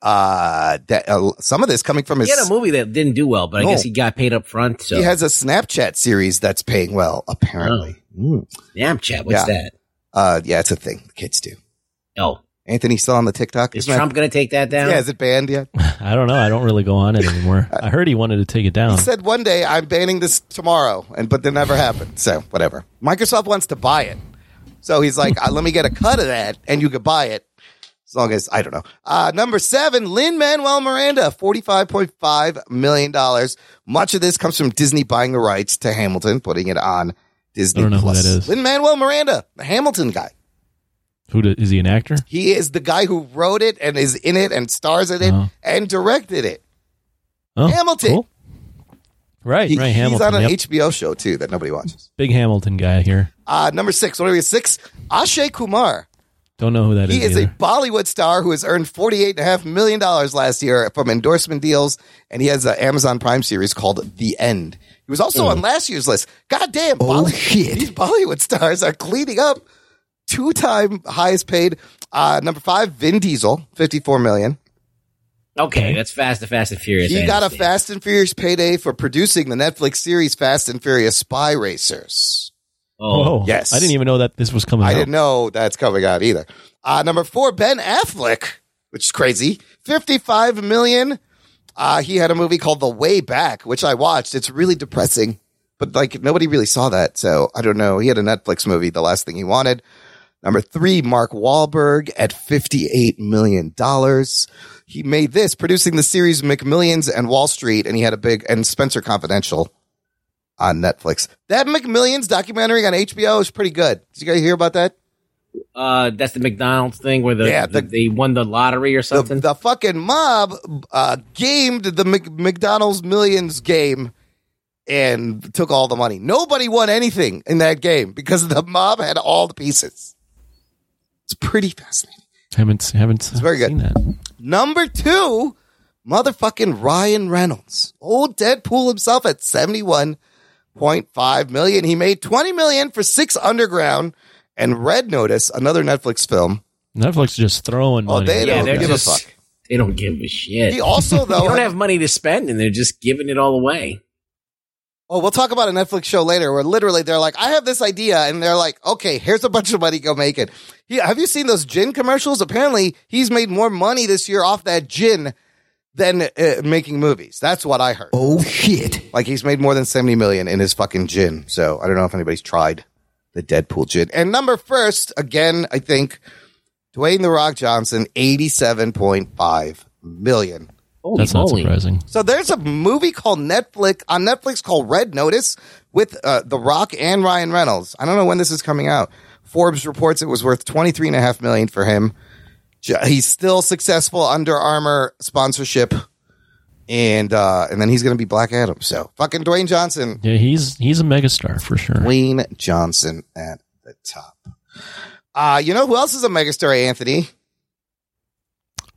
Uh, that, uh, some of this coming from his
He had a movie that didn't do well, but
No.
I guess he got paid up front. So
he has a Snapchat series that's paying well, apparently.
Oh. Hmm.
Snapchat, what's
Yeah.
that?
Uh, yeah, it's a thing. The kids do.
Oh,
Anthony still on the TikTok?
is
Isn't that-
Trump going to take that down?
yeah, is it banned yet?
I don't know. I don't really go on it anymore. I heard he wanted to take it down.
He said one day I'm banning this tomorrow, and but that never happened. So whatever. Microsoft wants to buy it, so he's like, "Uh, let me get a cut of that, and you could buy it as long as I don't know. Uh, number seven, Lin Manuel Miranda, forty-five point five million dollars. Much of this comes from Disney buying the rights to Hamilton, putting it on Disney
I don't know who
Plus.
that is.
Lin Manuel Miranda, the Hamilton guy.
Who do, is he an actor?
He is the guy who wrote it and is in it and stars in it
Oh.
and directed it.
Oh,
Hamilton.
cool. Right,
He-
right.
he's
Hamilton.
on an
yep.
HBO show too that nobody watches.
Big Hamilton guy here.
Uh, number six, what are we at? Six, Ashay Kumar.
Don't know who that is.
He is a
either.
Bollywood star who has earned $48.5 million last year from endorsement deals, and he has an Amazon Prime series called The End. He was also on last year's list. God damn,
Oh,
Bolly-
shit.
these Bollywood stars are cleaning up. Two time highest paid. Uh, number five, Vin Diesel, $54 million.
Okay, that's Fast and Fast and Furious.
He
I
got a
understand.
Fast and Furious payday for producing the Netflix series Fast and Furious Spy Racers.
Oh,
Whoa.
yes.
I didn't even know that this was coming
I
out.
didn't know that's coming out either. Uh, number four, Ben Affleck, which is crazy. 55 million. Uh, he had a movie called The Way Back, which I watched. It's really depressing, but like nobody really saw that. So I don't know. He had a Netflix movie, the last thing he wanted. Number three, Mark Wahlberg at $58 million. He made this producing the series McMillions and Wall Street, and he had a big, and Spencer Confidential on Netflix. That McMillions documentary on HBO is pretty good. Did you guys hear about that?
uh, that's the McDonald's thing where the,
Yeah, the-
they won the lottery or
The,
something.
the fucking mob uh, gamed the Mc, McDonald's Millions game and took all the money. Nobody won anything in that game because the mob had all the pieces. It's pretty fascinating.
Haven't haven't
very good.
seen that.
Number two, motherfucking Ryan Reynolds. Old Deadpool himself at 71.5 million. He made 20 million for Six Underground and Red Notice, another Netflix film.
Netflix is just throwing
Oh,
money.
they
yeah,
don't
they're
give
just
a fuck.
they don't give a shit.
He also,
they
though,
don't
had-
have money to spend, and they're just giving it all away.
Oh, we'll talk about a Netflix show later where literally they're like, I have this idea. And they're like, okay, here's a bunch of money. Go make it. Yeah. Have you seen those gin commercials? Apparently he's made more money this year off that gin than uh, making movies. That's what I heard.
Oh shit.
Like he's made more than 70 million in his fucking gin. So I don't know if anybody's tried the Deadpool gin. And number first, again, I think Dwayne The Rock Johnson, 87.5 million.
Holy
That's not
moly.
surprising.
So there's a movie called Netflix on Netflix called Red Notice with uh, The Rock and Ryan Reynolds. I don't know when this is coming out. Forbes reports it was worth 23 and a half million for him. J- He's still successful under armor sponsorship. And uh, and then he's going to be Black Adam. So fucking Dwayne Johnson,
Yeah, he's he's a megastar for sure.
Dwayne Johnson at the top. Uh, you know who else is a megastar, Anthony?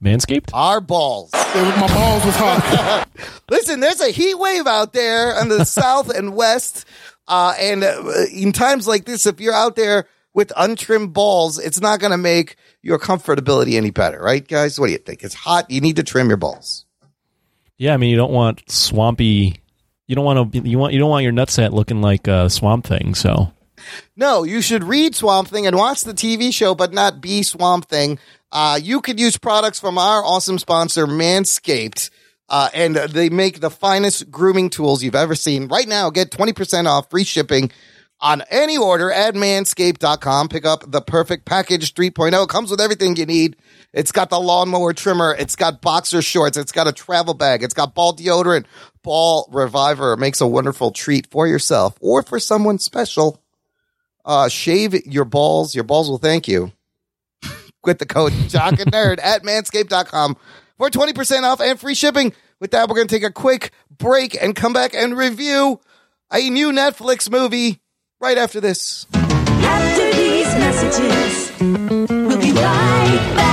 Manscaped?
Our balls.
My balls was hot.
Listen, there's a heat wave out there on the south and west. Uh, and uh, in times like this, if you're out there with untrimmed balls, it's not going to make your comfortability any better, right, guys? What do you think? It's hot. You need to trim your balls.
Yeah, I mean you don't want swampy you don't want to you want you don't want your nutsack looking like a swamp thing, so
No, you should read Swamp Thing and watch the TV show, but not be Swamp Thing. Uh, you could use products from our awesome sponsor, Manscaped. Uh, and uh, they make the finest grooming tools you've ever seen. Right now, get 20% off free shipping on any order at manscaped.com. Pick up the perfect package 3.0. It comes with everything you need. It's got the lawnmower trimmer. It's got boxer shorts. It's got a travel bag. It's got ball deodorant, ball reviver. It makes a wonderful treat for yourself or for someone special uh, shave your balls. Your balls will thank you. With the code Jock and Nerd at manscaped.com for 20% off and free shipping. With that, we're going to take a quick break and come back and review a new Netflix movie right after this.
After these messages, we'll be right back.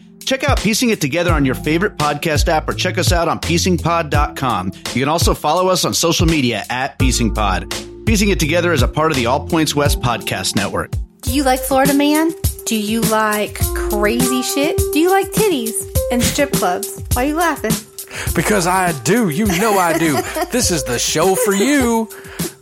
Check out Piecing It Together on your favorite podcast app or check us out on piecingpod.com. You can also follow us on social media at piecingpod. Piecing It Together is a part of the All Points West podcast network.
Do you like Florida Man? Do you like crazy shit? Do you like titties and strip clubs? Why are you laughing?
Because I do. You know I do. this is the show for you.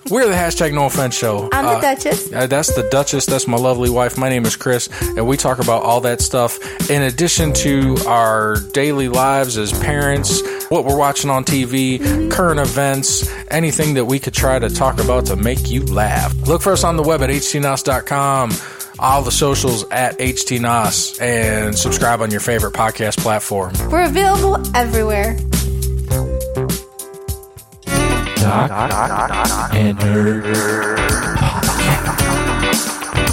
We're the hashtag no offense show.
I'm the Duchess.
Uh, That's the Duchess. That's my lovely wife. My name is Chris, and we talk about all that stuff in addition to our daily lives as parents, what we're watching on TV, current events, anything that we could try to talk about to make you laugh. Look for us on the web at htnos.com, all the socials at htnos, and subscribe on your favorite podcast platform.
We're available everywhere.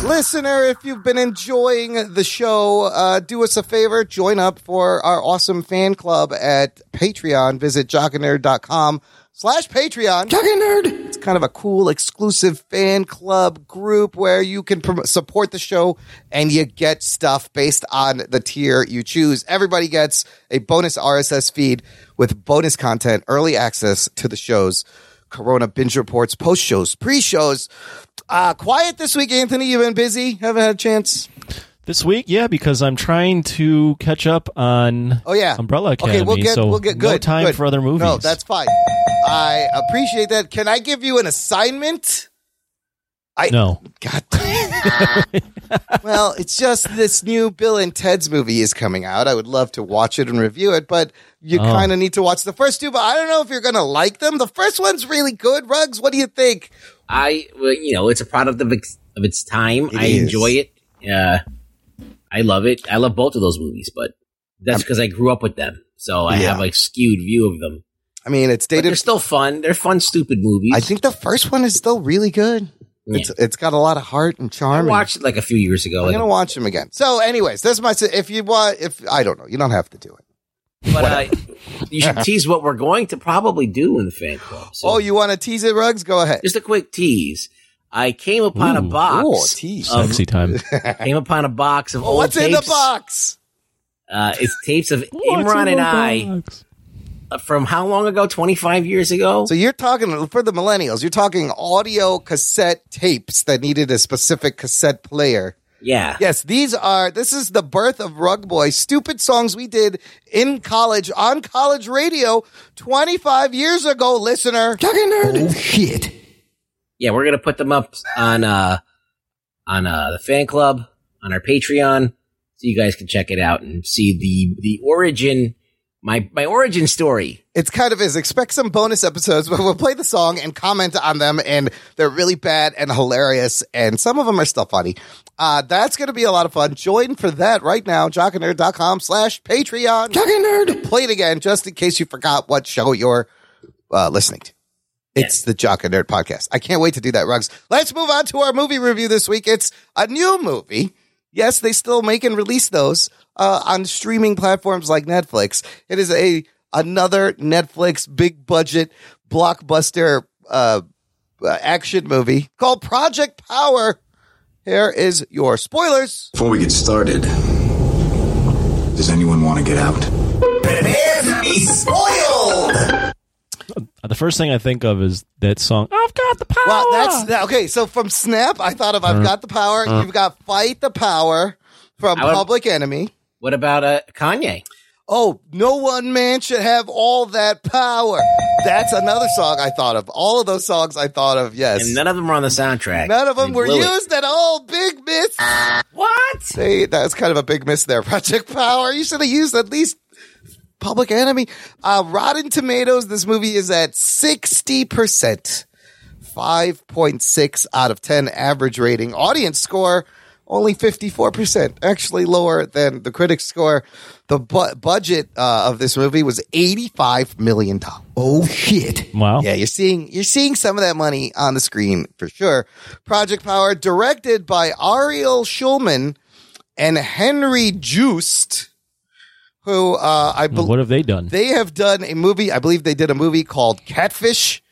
Listener, if you've been enjoying the show, uh, do us a favor. Join up for our awesome fan club at Patreon. Visit jockandnerd.com slash Patreon.
Talking nerd.
It's kind of a cool exclusive fan club group where you can prom- support the show and you get stuff based on the tier you choose. Everybody gets a bonus RSS feed with bonus content, early access to the shows, Corona binge reports, post shows, pre shows. Uh, quiet this week, Anthony. You've been busy. Haven't had a chance.
This week, yeah, because I'm trying to catch up on
Oh yeah,
Umbrella Academy.
Okay, we'll get
so
we'll get
no
good.
time
good.
for other movies.
No, that's fine. I appreciate that. Can I give you an assignment? I
no.
God. well, it's just this new Bill and Ted's movie is coming out. I would love to watch it and review it, but you
Oh.
kind of need to watch the first two. But I don't know if you're going to like them. The first one's really good. Rugs, what do you think?
I, well, you know, it's a product of its, of its time.
It
I
is.
enjoy it. Uh, I love it. I love both of those movies, but that's because I grew up with them. So I
Yeah.
have like skewed view of them.
I mean, it's
But they're
dated.
still fun. They're fun, stupid movies.
I think the first one is still really good.
Yeah.
It's it's got a lot of heart and
I
charm. and-
watched it like a few years ago.
I'm
like,
gonna watch him again. So, anyways, that's my. su- If you want, if I don't know, you don't have to do it.
but uh, you should tease what we're going to probably do in the fan club. So
Oh, you want to tease it, Rugs? Go ahead.
just a quick tease. I came upon a
Ooh.
box.
Ooh, tease.
Um,
Sexy time.
came upon a box of old
Oh, What's in
tapes.
the box?
Uh, it's tapes of
What's in
Imran and
the
I uh, from how long ago? 25 years ago?
So you're talking for the millennials. You're talking audio cassette tapes that needed a specific cassette player.
Yeah.
Yes, these are. This is the birth of Rug Boy. Stupid songs we did in college on college radio 25 years ago, listener.
Oh shit!
Yeah, we're gonna put them up on uh on uh the fan club, on our Patreon, so you guys can check it out and see the the origin my my origin story.
It's kind of is. Expect some bonus episodes, but we'll play the song and comment on them, and they're really bad and hilarious, and some of them are still funny. Uh, that's going to be a lot of fun. Join for that right now, jockandnerd.com slash Patreon. Jock Nerd. Play it again, just in case you forgot what show you're uh, listening to. It's the Jock and Nerd podcast. I can't wait to do that, Rugs. Let's move on to our movie review this week. It's a new movie. Yes, they still make and release those uh, on streaming platforms like Netflix. It is a another Netflix big budget blockbuster uh, uh, action movie called Project Power. Here is your spoilers.
Before we get started, does anyone want to get out?
Prepare to be spoiled!
Uh, The first thing I think of is that song.
Oh.
I've got the power.
Well, that's that- okay. So from Snap, I thought of I've got the power.
Uh.
You've got Fight the Power from
I would-
Public Enemy.
What about uh Kanye?
Oh, no one man should have all that power. That's another song I thought of. All of those songs I thought of. Yes,
And none of them were on the soundtrack.
none of them
They
were
blew it.
used at all. Big miss.
What?
They, that was kind of a big miss there. Project Power. You should have used at least Public Enemy. Uh, Rotten Tomatoes. This movie is at sixty percent. 5.6 out of 10 average rating. Audience score only 54%, actually lower than the critic score. The bu- budget uh, of this movie was 85 million dollars.
Oh shit!
Wow.
Yeah, you're seeing you're seeing some of that money on the screen for sure. Project Power directed by Ariel Schulman and Henry Joost who uh, I believe
What have they done?
they have done a movie. I believe they did a movie called Catfish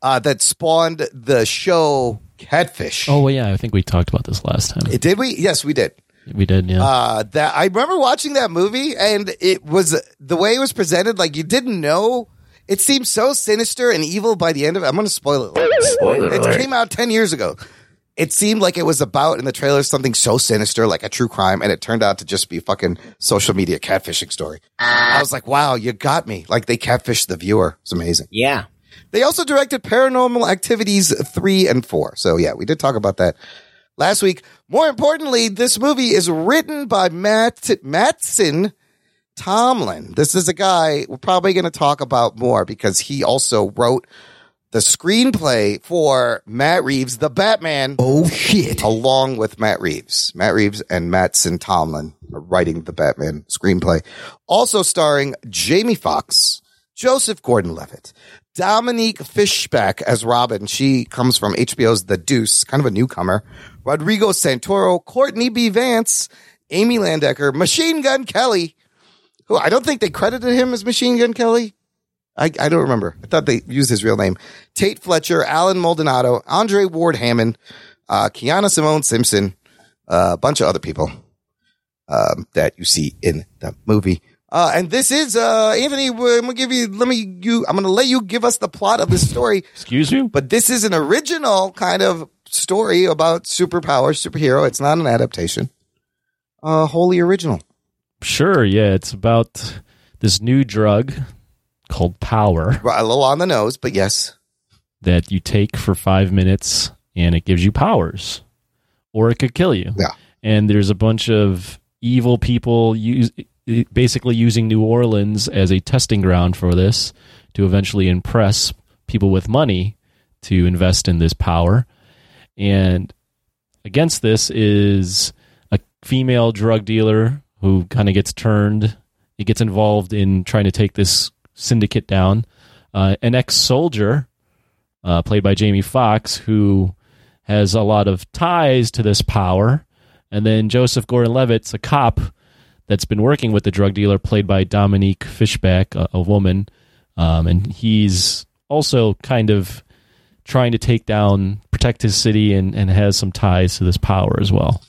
uh, that spawned the show Catfish.
oh, well, yeah. I think we talked about this last time.
Did we? Yes, we did.
we did, yeah.
Uh, that I remember watching that movie, and it was the way it was presented. Like you didn't know. It seemed so sinister and evil by the end of it. I'm going to spoil it.
Spoiler
it
alert.
came out ten years ago. It seemed like it was about in the trailer something so sinister, like a true crime, and it turned out to just be a fucking social media catfishing story. I was like, wow, you got me. Like they catfished the viewer. It's amazing.
Yeah.
They also directed Paranormal Activities 3 and 4. So, yeah, we did talk about that last week. More importantly, this movie is written by Matt Mattson Tomlin. This is a guy we're probably going to talk about more because he also wrote the screenplay for Matt Reeves' The Batman.
Oh shit!
Along with Matt Reeves, Matt Reeves and Mattson Tomlin are writing the Batman screenplay, also starring Jamie Foxx, Joseph Gordon-Levitt, Dominique Fishback as Robin. She comes from HBO's The Deuce, kind of a newcomer. Rodrigo Santoro, Courtney B. Vance, Amy Landecker, Machine Gun Kelly, who I don't think they credited him as Machine Gun Kelly. I, I don't remember. I thought they used his real name. Tate Fletcher, Alan Maldonado, Andre Ward Hammond, uh, Kiana Simone Simpson, uh, a bunch of other people um, that you see in the movie. Uh, and this is uh, Anthony. I'm gonna give you. Let me. You. I'm gonna let you give us the plot of this story.
Excuse you.
But this is an original kind of story about superpower, superhero. It's not an adaptation. Uh, wholly original.
Sure, yeah. It's about this new drug called power
Right, A little on the nose, but yes.
that you take for five minutes and it gives you powers, or it could kill you.
Yeah.
And there's a bunch of evil people use, basically using New Orleans as a testing ground for this to eventually impress people with money to invest in this power. And against this is a female drug dealer who kind of gets turned. He gets involved in trying to take this syndicate down. Uh, an ex soldier, uh, played by Jamie Foxx, who has a lot of ties to this power. And then Joseph Gordon Levitt's a cop that's been working with the drug dealer, played by Dominique Fishback, a, a woman. Um, and he's also kind of trying to take down, protect his city, and, and has some ties to this power as well.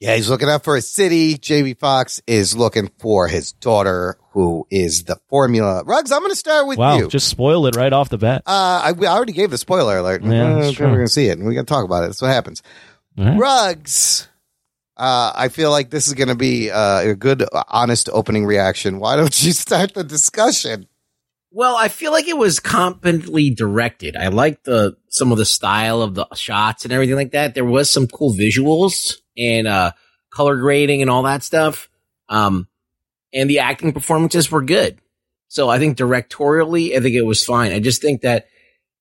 Yeah, he's looking out for his city. Jamie Fox is looking for his daughter, who is the formula. Rugs, I'm going to start with
wow,
you.
just spoil it right off the bat.
Uh, I, we- I already gave the spoiler alert.
Yeah,
Uh,
that's
people are
true.
going to see it, and we're going to talk about it. That's what happens.
All right.
Rugs. Uh, I feel like this is going to be uh, a good, uh, honest opening reaction. Why don't you start the discussion?
Well, I feel like it was competently directed. I liked the some of the style of the shots and everything like that. There was some cool visuals and uh color grading and all that stuff. Um and the acting performances were good. So I think directorially, I think it was fine. I just think that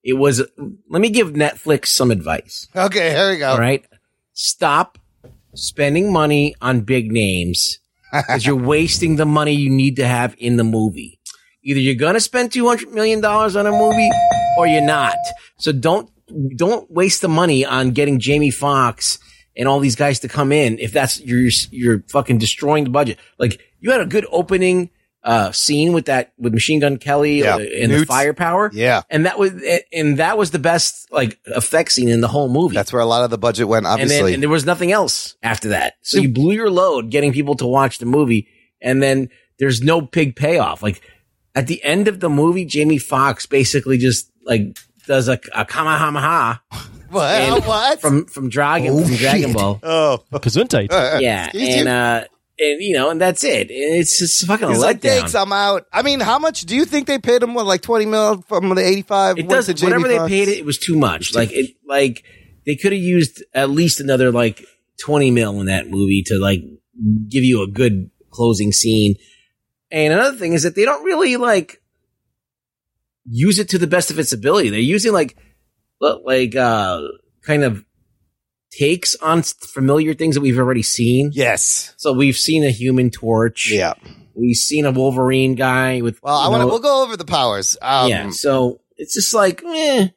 it was let me give Netflix some advice.
Okay, here we go.
All right. Stop spending money on big names because you're wasting the money you need to have in the movie. Either you're going to spend $200 million on a movie or you're not. So don't, don't waste the money on getting Jamie Foxx and all these guys to come in if that's you're, you're fucking destroying the budget. Like you had a good opening. Uh, scene with that with Machine Gun Kelly
Yeah.
uh, and the
Newt's-
firepower,
Yeah.
and that was and that was the best like effect scene in the whole movie.
That's where a lot of the budget went, obviously.
And, then, and there was nothing else after that. So you blew your load getting people to watch the movie, and then there's no big payoff. Like at the end of the movie, Jamie Fox basically just like does a, a kamahamaha.
Well,
and-
what?
from from Dragon
Oh,
from Dragon
shit.
Ball?
Oh,
Gesundheit.
yeah,
Excuse
and
you?
uh, oh, and you know, and that's it. And It's just fucking a
He's like,
letdown.
thanks, I'm out. I mean, how much do you think they paid him? What, like 20 mil from the 85?
it does whatever they paid it. It was too much. Like it, like they could have used at least another like twenty mil in that movie to like give you a good closing scene. And another thing is that they don't really like use it to the best of its ability. They're using like li- like uh kind of takes on s- familiar things that we've already seen.
Yes.
So we've seen a Human Torch.
Yeah.
We've seen a Wolverine guy with.
Well, I
you
want to.
know-
We'll go over the powers. Um,
yeah. So it's just like, eh.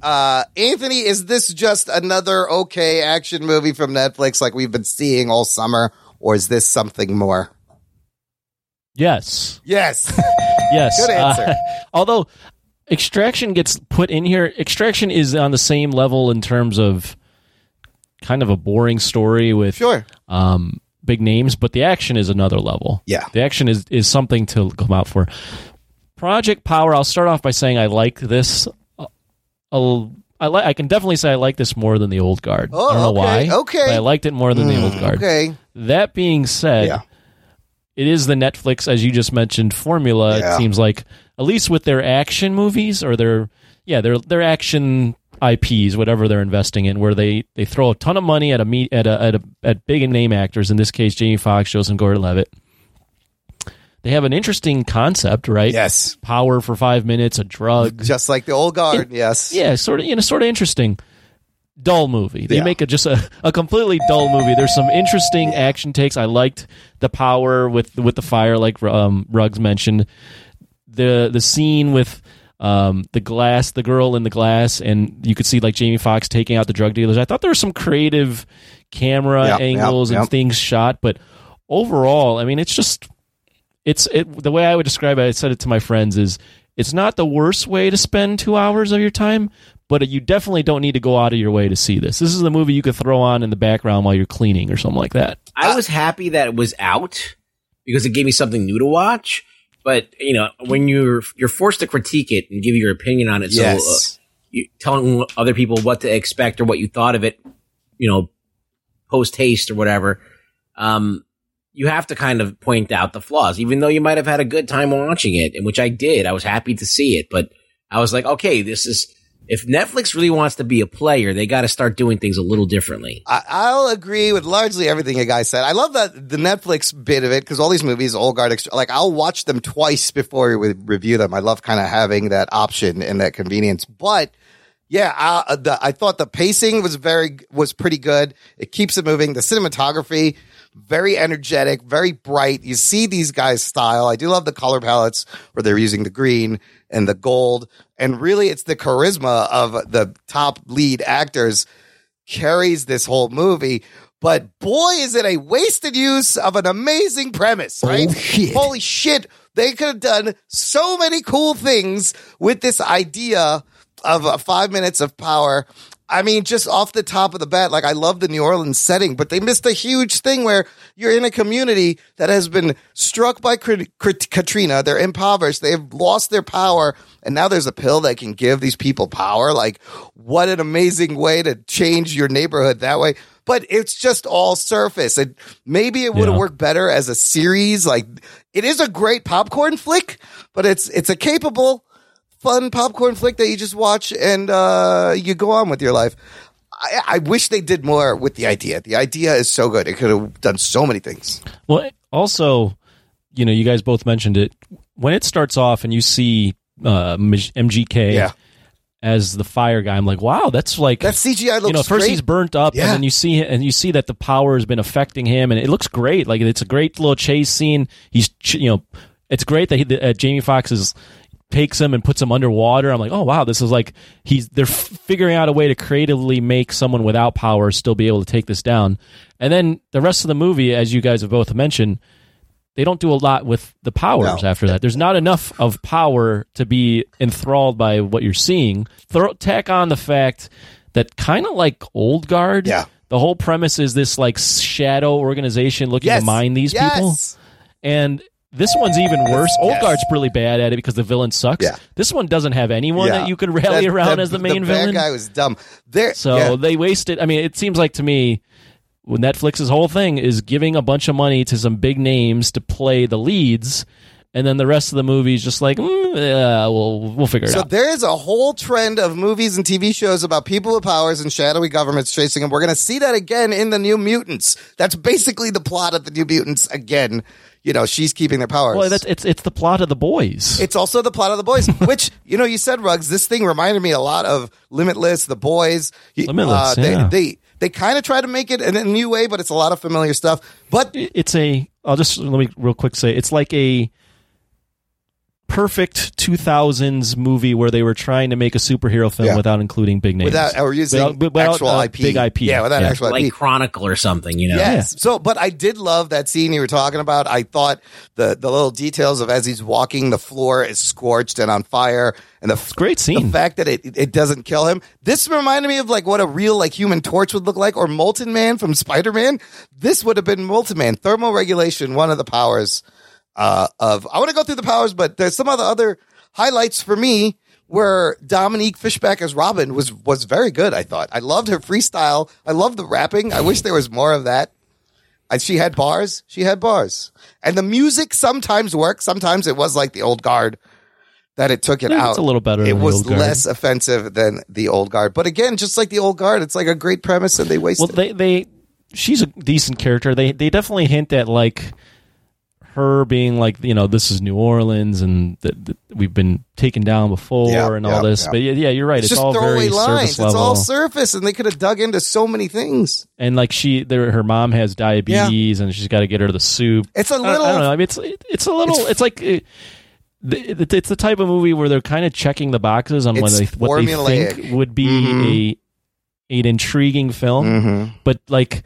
uh, Anthony, is this just another okay action movie from Netflix, like we've been seeing all summer, or is this something more?
Yes.
Yes.
Yes.
Good answer.
Uh, although Extraction gets put in here, Extraction is on the same level in terms of kind of a boring story with
Sure.
um, big names, but the action is another level.
Yeah.
The action is, is something to come out for. Project Power, I'll start off by saying I like this. Uh, I'll- I, li- I can definitely say I like this more than the old guard.
Oh,
I don't know
okay,
why.
okay. Hmm,
But I liked it more than the old guard.
Okay.
That being said,
Yeah.
it is the Netflix, as you just mentioned, formula.
Yeah.
It seems like at least with their action movies or their yeah their their action IPs, whatever they're investing in, where they they throw a ton of money at a me at a at a at big name actors. In this case, Jamie Foxx, Joseph Gordon-Levitt. They have an interesting concept, right?
Yes.
power for five minutes, a drug,
Just like the old guard. yes.
yeah, sort of, you know, sort of interesting. Dull movie. They
Yeah.
make a just a, a completely dull movie. There's some interesting action takes. I liked the power with with the fire, like um, Ruggs mentioned. the The scene with um, the glass, the girl in the glass, and you could see like Jamie Foxx taking out the drug dealers. I thought there were some creative camera
Yeah, yeah,
angles and
yeah.
things shot, but overall, I mean, it's just it's it the way I would describe it. I said it to my friends is it's not the worst way to spend two hours of your time, but you definitely don't need to go out of your way to see this. This is the movie you could throw on in the background while you're cleaning or something like that.
I was happy that it was out because it gave me something new to watch. But you know, when you're you're forced to critique it and give your opinion on it, so uh,
Yes.
you telling other people what to expect or what you thought of it, you know, post haste or whatever, um, you have to kind of point out the flaws, even though you might have had a good time watching it, and which I did. I was happy to see it, but I was like, okay, this is if Netflix really wants to be a player, they got to start doing things a little differently.
I, I'll agree with largely everything you guys said. I love that the Netflix bit of it because all these movies, old guard, Ext- like I'll watch them twice before we review them. I love kind of having that option and that convenience. But yeah, I, uh, the, I thought the pacing was very was pretty good. It keeps it moving. The cinematography, very energetic, very bright. You see these guys' style. I do love the color palettes where they're using the green and the gold, and really, it's the charisma of the top lead actors carries this whole movie. But boy, is it a wasted use of an amazing premise, right? Holy shit. They could have done so many cool things with this idea of uh, five minutes of power. I mean, just off the top of the bat, like I love the New Orleans setting, but they missed a huge thing where you're in a community that has been struck by Kat- Kat- Katrina. They're impoverished. They've lost their power. And now there's a pill that can give these people power. Like, what an amazing way to change your neighborhood that way. But it's just all surface. And maybe it would have
Yeah.
worked better as a series. Like, it is a great popcorn flick, but it's, it's a capable fun popcorn flick that you just watch and uh, you go on with your life. I, I wish they did more with the idea. The idea is so good; it could have done so many things.
Well, also, you know, you guys both mentioned it. When it starts off and you see uh, M- MGK
Yeah.
as the fire guy, I'm like, wow, that's like
That CGI looks
You know, first
great.
he's burnt up,
Yeah.
and then you see and you see that the power has been affecting him, and it looks great. Like it's a great little chase scene. He's ch- you know, it's great that he, that, uh, Jamie Foxx is takes him and puts him underwater. I'm like, oh wow, this is like he's they're f- figuring out a way to creatively make someone without power still be able to take this down. And then the rest of the movie, as you guys have both mentioned, they don't do a lot with the powers after that. There's not enough of power to be enthralled by what you're seeing. Throw, tack on the fact that kind of like old guard, yeah. The whole premise is this like shadow organization looking
Yes.
to mine these
Yes.
people, and this one's even worse. Old guard's really bad at it because the villain sucks. This one doesn't have anyone
Yeah.
that you can rally
That-
around
that-
as the main
bad
villain.
guy was dumb. There,
So
yeah.
they wasted. I mean, it seems like to me, Netflix's whole thing is giving a bunch of money to some big names to play the leads, and then the rest of the movie's just like, mm, uh, we'll we'll figure it
So
out.
there is a whole trend of movies and TV shows about people with powers and shadowy governments chasing them. We're going to see that again in the New Mutants. That's basically the plot of the New Mutants again. You know, she's keeping their powers.
Well, that's it's it's the plot of the boys.
It's also the plot of the boys, which you know you said, Rugs. This thing reminded me a lot of Limitless, the boys. You- uh,
Limitless,
they,
yeah.
they they kind of try to make it in a new way, but it's a lot of familiar stuff. But
it's a I'll just let me real quick say it's like a perfect 2000s movie where they were trying to make a superhero film
Yeah.
without including big names
Without- or using actual IP.
big IP
Yeah, without actual
like
IP.
Chronicle or something, you know?
Yes. So, but I did love that scene you were talking about. I thought the the little details of as he's walking, the floor is scorched and on fire, and the
great scene.
The fact that it it doesn't kill him. This reminded me of like what a real like Human Torch would look like, or Molten Man from Spider Man. This would have been Molten Man. Thermal regulation, one of the powers uh, of. I want to go through the powers, but there's some of the other highlights for me. Where Dominique Fishback as Robin was was very good, I thought. I loved her freestyle. I loved the rapping. I wish there was more of that. And she had bars. She had bars. And the music sometimes worked. Sometimes it was like the old guard that it took it
Yeah,
out.
it's a little better
It
than the
was
old guard.
less offensive than the old guard. But again, just like the old guard, it's like a great premise and they wasted.
Well, they they she's a decent character. They they definitely hint at like her being like you know this is New Orleans and that that we've been taken down before
Yeah,
and all
yeah,
this.
yeah.
But yeah, yeah, you're right. It's,
just
all
throwaway
very
lines.
surface
It's
level.
all surface, and they could have dug into so many things.
and like she, there, her mom has diabetes, and she's got to get her the soup.
It's a
I don't-
little-
I, don't know. I mean, it's it- it's a little. It's, like. It, th- it- it's the type of movie where they're kind of checking the boxes on what
It's
they, what they
formulaic. Mm-hmm.
think would be a an intriguing film, but like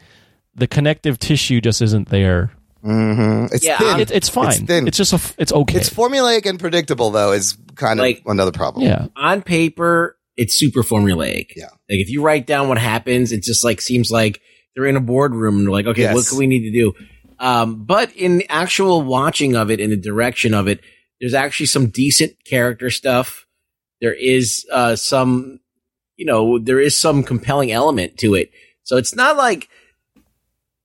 the connective tissue just isn't there.
Mm-hmm. It's thin.
It, it's fine.
It's thin.
It's just a. f- It's okay.
It's formulaic and predictable, though, is kind of
Like-
another problem.
On paper, it's super formulaic. Yeah. Like if you write down what happens, it just like seems like they're in a boardroom and they're like, okay,
Yes.
what can we need to do? Um, but in actual watching of it and the direction of it, there's actually some decent character stuff. There is uh, some, you know, there is some compelling element to it. So it's not like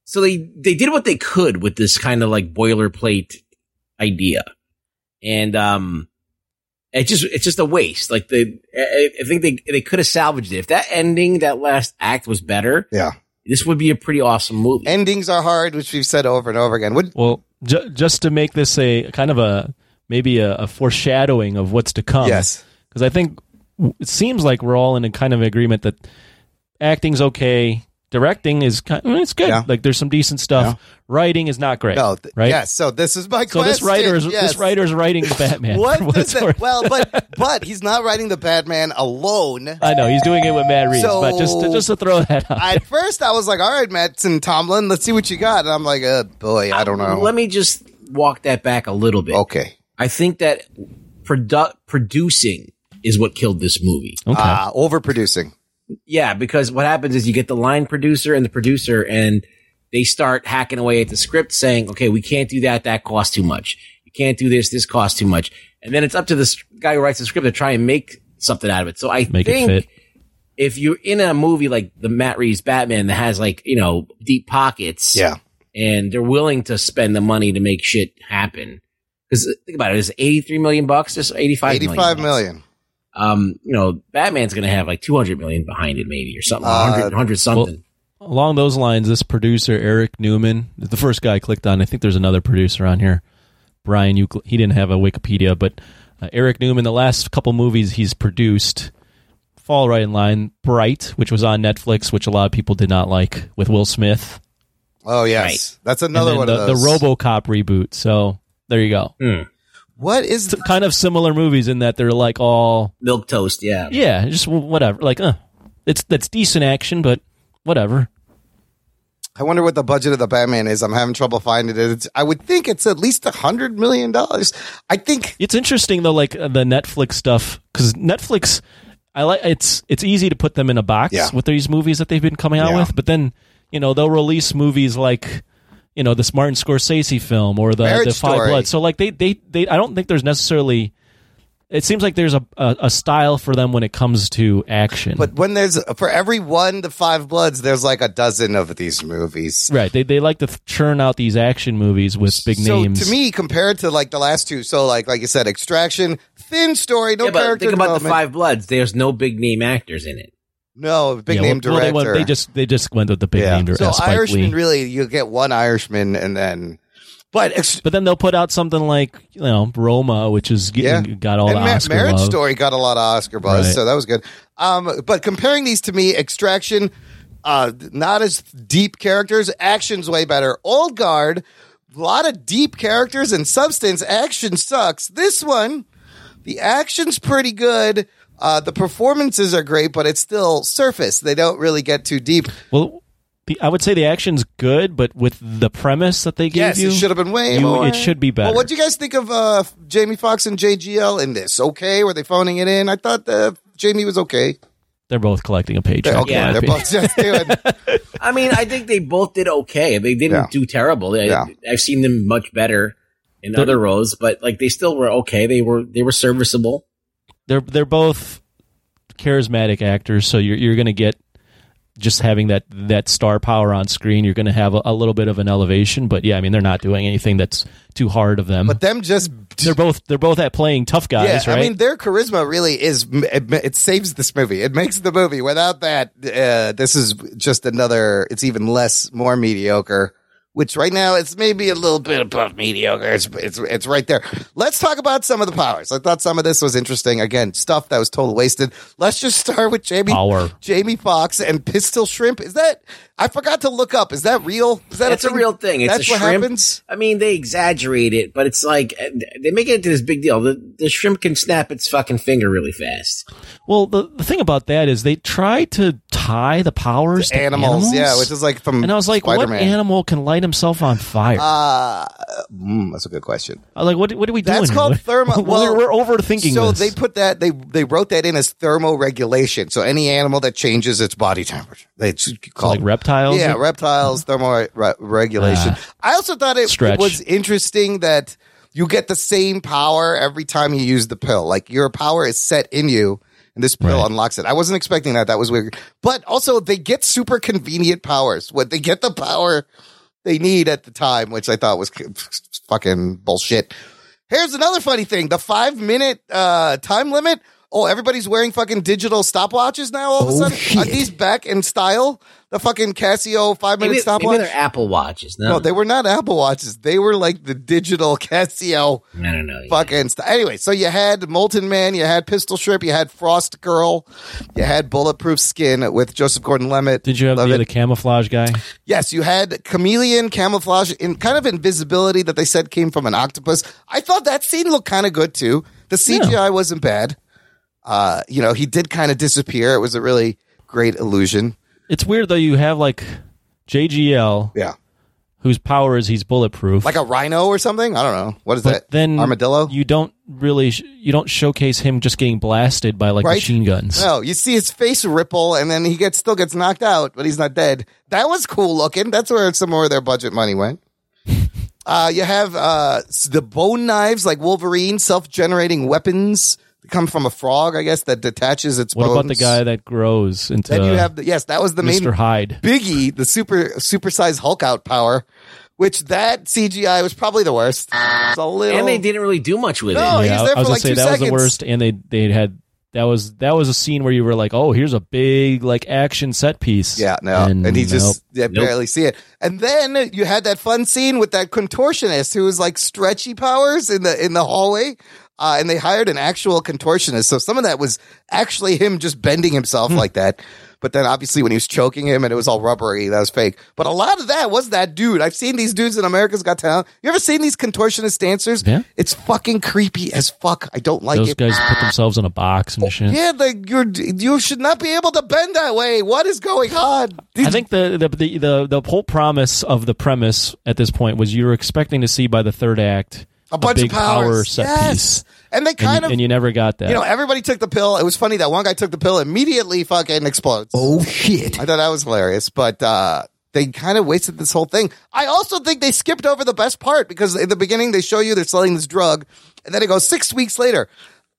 so they they did what they could with this kind of like boilerplate idea, and um, it just it's just a waste. Like the I, I think they they could have salvaged it if that ending that last act was better.
Yeah,
this would be a pretty awesome movie.
Endings are hard, which we've said over and over again. Would,
Well, ju- just to make this a kind of a maybe a, a foreshadowing of what's to come.
Yes.
because I think w- it seems like we're all in a kind of agreement that acting's okay, directing is kind it's good. Like there's some decent stuff. Writing is not great.
No, th-
right?
yes. So this is my
So this
question,
writer is
yes.
this writer is writing the Batman.
What
for what
does
it's
that-
worth.
Well, but but he's not writing the Batman alone.
I know he's doing it with Matt Reeves,
So-
but just to, just to throw that out.
At first, I was like, "All right, Mattson Tomlin, let's see what you got." And I'm like, "Uh, boy, I don't know."
Let me just walk that back a little bit.
Okay.
I think that produ- producing is what killed this movie.
Okay. Uh, overproducing.
Yeah, because what happens is you get the line producer and the producer, and they start hacking away at the script, saying, "Okay, we can't do that. That costs too much. You can't do this. This costs too much." And then it's up to this guy who writes the script to try and make something out of it. So I
Make it
think
fit.
if you're in a movie like the Matt Reeves Batman that has like you know deep pockets,
yeah,
and they're willing to spend the money to make shit happen. Because think about it, it's 83 million bucks, just 85 million
85
bucks.
million.
Um, you know, Batman's going to have like 200 million behind it, maybe, or something, 100,
Uh,
100 something.
Along those lines, this producer Eric Newman, the first guy I clicked on. I think there's another producer on here, Brian. Euclid, he didn't have a Wikipedia, but uh, Eric Newman. The last couple movies he's produced fall right in line. Bright, which was on Netflix, which a lot of people did not like, with Will Smith.
Oh yes, that's
And
another
then
one
the,
of those. Hmm.
the RoboCop reboot. So there you go.
What is
kind of similar movies in that they're like all
milk toast? Yeah,
yeah, just w- whatever. Like, uh, it's that's decent action, but whatever.
I wonder what the budget of the Batman is. I'm having trouble finding it. It's, I would think it's at least a hundred million dollars. I think
It's interesting though, like uh, the Netflix stuff, because Netflix, I like it's it's easy to put them in a box
Yeah.
with these movies that they've been coming out with, but then you know they'll release movies like you know this Martin Scorsese film or the
Marriage
the Five
Story.
Blood. So like they they they, I don't think there's necessarily. It seems like there's a, a, a style for them when it comes to action.
But when there's for every one to five bloods, there's like a dozen of these movies.
Right. They they like to th- churn out these action movies with big
So
names.
to me, compared to like the last two, so like like you said, Extraction, thin story, no
Yeah, but
character
think about the
development.
Five Bloods. There's no big name actors in it.
No big
Yeah,
name
well, well,
director.
they, went- they just they just went with the big name director.
so
Spike
Irishman
Lee.
really you get one Irishman and then but ex-
but then they'll put out something like you know Roma, which is getting, got all
and
the
Ma-
Oscar
Marriage
love.
Story got a lot of Oscar buzz,
Right.
so that was good. Um, but comparing these to me, Extraction, uh, not as deep characters, action's way better. Old Guard, a lot of deep characters and substance. Action sucks. This one, the action's pretty good. Uh, the performances are great, but it's still surface. They don't really get too deep.
Well, the, I would say the action's good, but with the premise that they gave
Yes,
you,
it should have been way
you-
more.
It should be better.
Well, what do you guys think of uh, Jamie Foxx and JGL in this? Okay, were they phoning it in? I thought uh, Jamie was okay.
they're both collecting a paycheck.
They're okay.
in my
They're
opinion.
both just doing.
I mean, I think they both did okay. They didn't
Yeah.
do terrible. I,
Yeah.
I've seen them much better in
They're-
other roles, but like they still were okay. They were they were serviceable.
they're they're both charismatic actors, so you're you're gonna get just having that that star power on screen. You're gonna have a, a little bit of an elevation, but yeah, I mean they're not doing anything that's too hard of them.
But them just
they're both they're both at playing tough guys,
yeah,
right?
I mean, their charisma really is. It, it saves this movie. It makes the movie. Without that, uh, this is just another. It's even less, more mediocre. Which right now it's maybe a little bit above mediocre. It's, it's it's right there. Let's talk about some of the powers. I thought some of this was interesting. Again, stuff that was totally wasted. Let's just start with Jamie
Power.
Jamie Fox and Pistol Shrimp. Is that I forgot to look up? Is that real? Is that
That's a
thing?
real thing. It's
That's
a
what
shrimp.
happens.
I mean, they exaggerate it, but it's like uh, they make it into this big deal. The, the shrimp can snap its fucking finger really fast.
Well, the, the thing about that is they tried to tie the powers to
Animals, yeah, which is like from
and I was like, what
Spider-Man.
animal can light himself on fire?
Uh, mm, that's a good question.
I was like, what what are we doing?
That's
here?
called
What-
thermo.
we're,
Well,
we're overthinking
So
this.
they put that they they wrote that in as thermoregulation. So any animal that changes its body temperature, they just call
like reptiles.
Oh, Yeah, reptiles thermoregulation.
Ah.
I also thought it,
Stretch.
it was interesting that you get the same power every time you use the pill. Like your power is set in you. And this pill unlocks it. I wasn't expecting that. That was weird. But also, they get super convenient powers. What they get the power they need at the time, which I thought was fucking bullshit. Here's another funny thing: the five minute uh, time limit. Oh, everybody's wearing fucking digital stopwatches now. All of a
Oh,
sudden,
shit.
are these back in style? The fucking Casio five minute
Maybe, maybe
stopwatch.
they're Apple watches. No,
no, they were not Apple watches. They were like the digital Casio
I don't know.
fucking st- anyway so you had molten man you had pistol shrimp you had frost girl you had bulletproof skin with joseph gordon-levitt
Did you have the,
Levitt.
the camouflage guy?
yes you had chameleon camouflage and kind of invisibility that they said came from an octopus i thought that scene looked kind of good too the cgi wasn't bad uh you know he did kind of disappear it was a really great illusion
It's weird though. You have like JGL,
yeah
whose power is he's bulletproof,
like a rhino or something. I don't know what is
But
that.
then
armadillo.
You don't really sh- you don't showcase him just getting blasted by like
Right?
machine guns.
No, you see his face ripple, and then he gets still gets knocked out, but he's not dead. That was cool looking. That's where some more of their budget money went. Uh, you have uh, s- the bone knives, like Wolverine, self generating weapons that come from a frog, I guess, that detaches its
What
bones.
about the guy that grows into?
Then you have the, yes, that was the main
Mr. Hyde.
Biggie, the super supersized Hulk out power, which that CGI was probably the worst. It's a little,
And they didn't really do much with
No,
it.
he's there
I was
for
gonna
like
say
two
that
seconds.
was the worst, and they they had that was that was a scene where you were like, oh, here's a big like action set piece.
Yeah, no, and, he just
nope.
yeah, barely see it. And then you had that fun scene with that contortionist who was like stretchy powers in the in the hallway, uh, and they hired an actual contortionist. So some of that was actually him just bending himself
Hmm.
like that. But then obviously when he was choking him and it was all rubbery, that was fake. But a lot of that was that dude. I've seen these dudes in America's Got Talent. You ever seen these contortionist dancers?
Yeah.
It's fucking creepy as fuck. I don't like
those
it.
guys put themselves in a box and shit.
yeah, like you you should not be able to bend that way. What is going on?
I think the, the the the the whole promise of the premise at this point was you were expecting to see by the third act
a bunch
big
of powers.
power set
yes.
piece,
And they
and,
kind
you,
of,
and you never got that.
you know, everybody took the pill. It was funny that one guy took the pill immediately fucking explodes.
Oh shit.
I thought that was hilarious, but uh they kind of wasted this whole thing. I also think they skipped over the best part because in the beginning they show you they're selling this drug and then it goes 6 weeks later.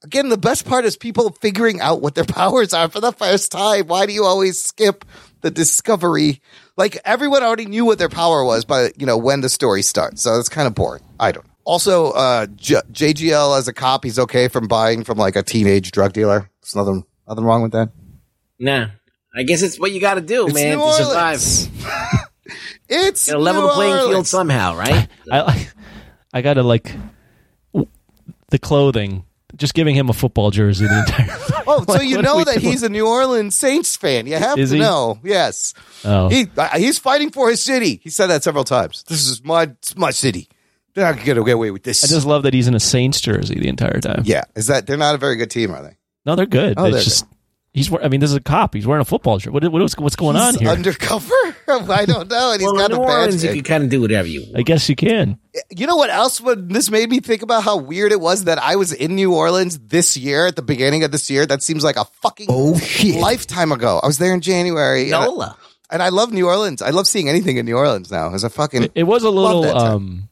Again, the best part is people figuring out what their powers are for the first time. Why do you always skip the discovery? Like everyone already knew what their power was by, you know, when the story starts. So it's kind of boring. I don't know. Also, uh, J- JGL as a cop, he's okay from buying from like a teenage drug dealer. There's nothing, nothing wrong with that.
Nah. I guess it's what you got to do,
It's New
man, to
Orleans.
survive.
It's
You gotta level
New
the playing field
Orleans.
somehow, right?
I I gotta like w- the clothing. Just giving him a football jersey the entire.
Oh, so
Like,
you
what are
know
we
that
doing?
he's a New Orleans Saints fan. You have
Is
to
he?
know. Yes.
Oh.
He uh, he's fighting for his city. He said that several times. This is my it's my city. They're not going to get away with this.
I just love that he's in a Saints jersey the entire time.
yeah. Is that they're not a very good team, are they?
No, they're good.
Oh,
it's
they're
just he's. wear- I mean, this is a cop. He's wearing a football shirt. What, what, what's, what's going on
He's
here?
undercover? I don't know. And he's
well,
got
in New
a bad
Orleans, you
thing.
can kind of do whatever you want.
I guess you can.
You know what else? Would, this made me think about how weird it was that I was in New Orleans this year at the beginning of this year. That seems like a fucking
Oh shit.
lifetime ago. I was there in January. and I-
Nola.
And I love New Orleans. I love seeing anything in New Orleans now. It's a fucking
It was a little
that time.
um,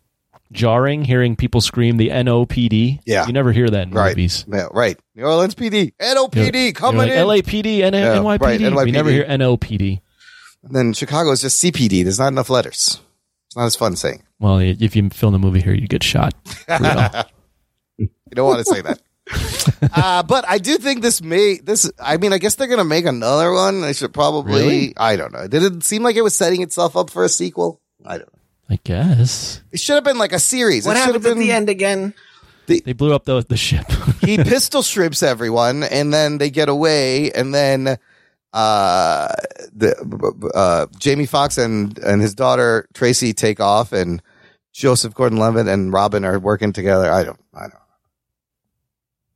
jarring hearing people scream the NOPD.
Yeah.
you never hear that in
Right.
movies.
yeah, right. New Orleans PD,
You're-
NOPD
you're
coming
like,
in.
LAPD and
Yeah,
NYPD.
right,
We
NYPD.
never hear NOPD.
Then Chicago is just CPD. There's not enough letters. It's not as fun saying.
Well, i- if you film the movie here, you get shot.
You don't want to say that. uh, but I do think this may this. I mean, I guess they're gonna make another one. They should probably.
Really?
I don't know. Did it seem like it was setting itself up for a sequel? I don't. know.
I guess
It should have been like a series.
What
it should have
happens at
been,
the end again?
they blew up the the ship.
he pistol strips everyone and then they get away and then uh the uh Jamie Foxx and and his daughter Tracy take off and Joseph Gordon-Levitt and Robin are working together. I don't I don't know.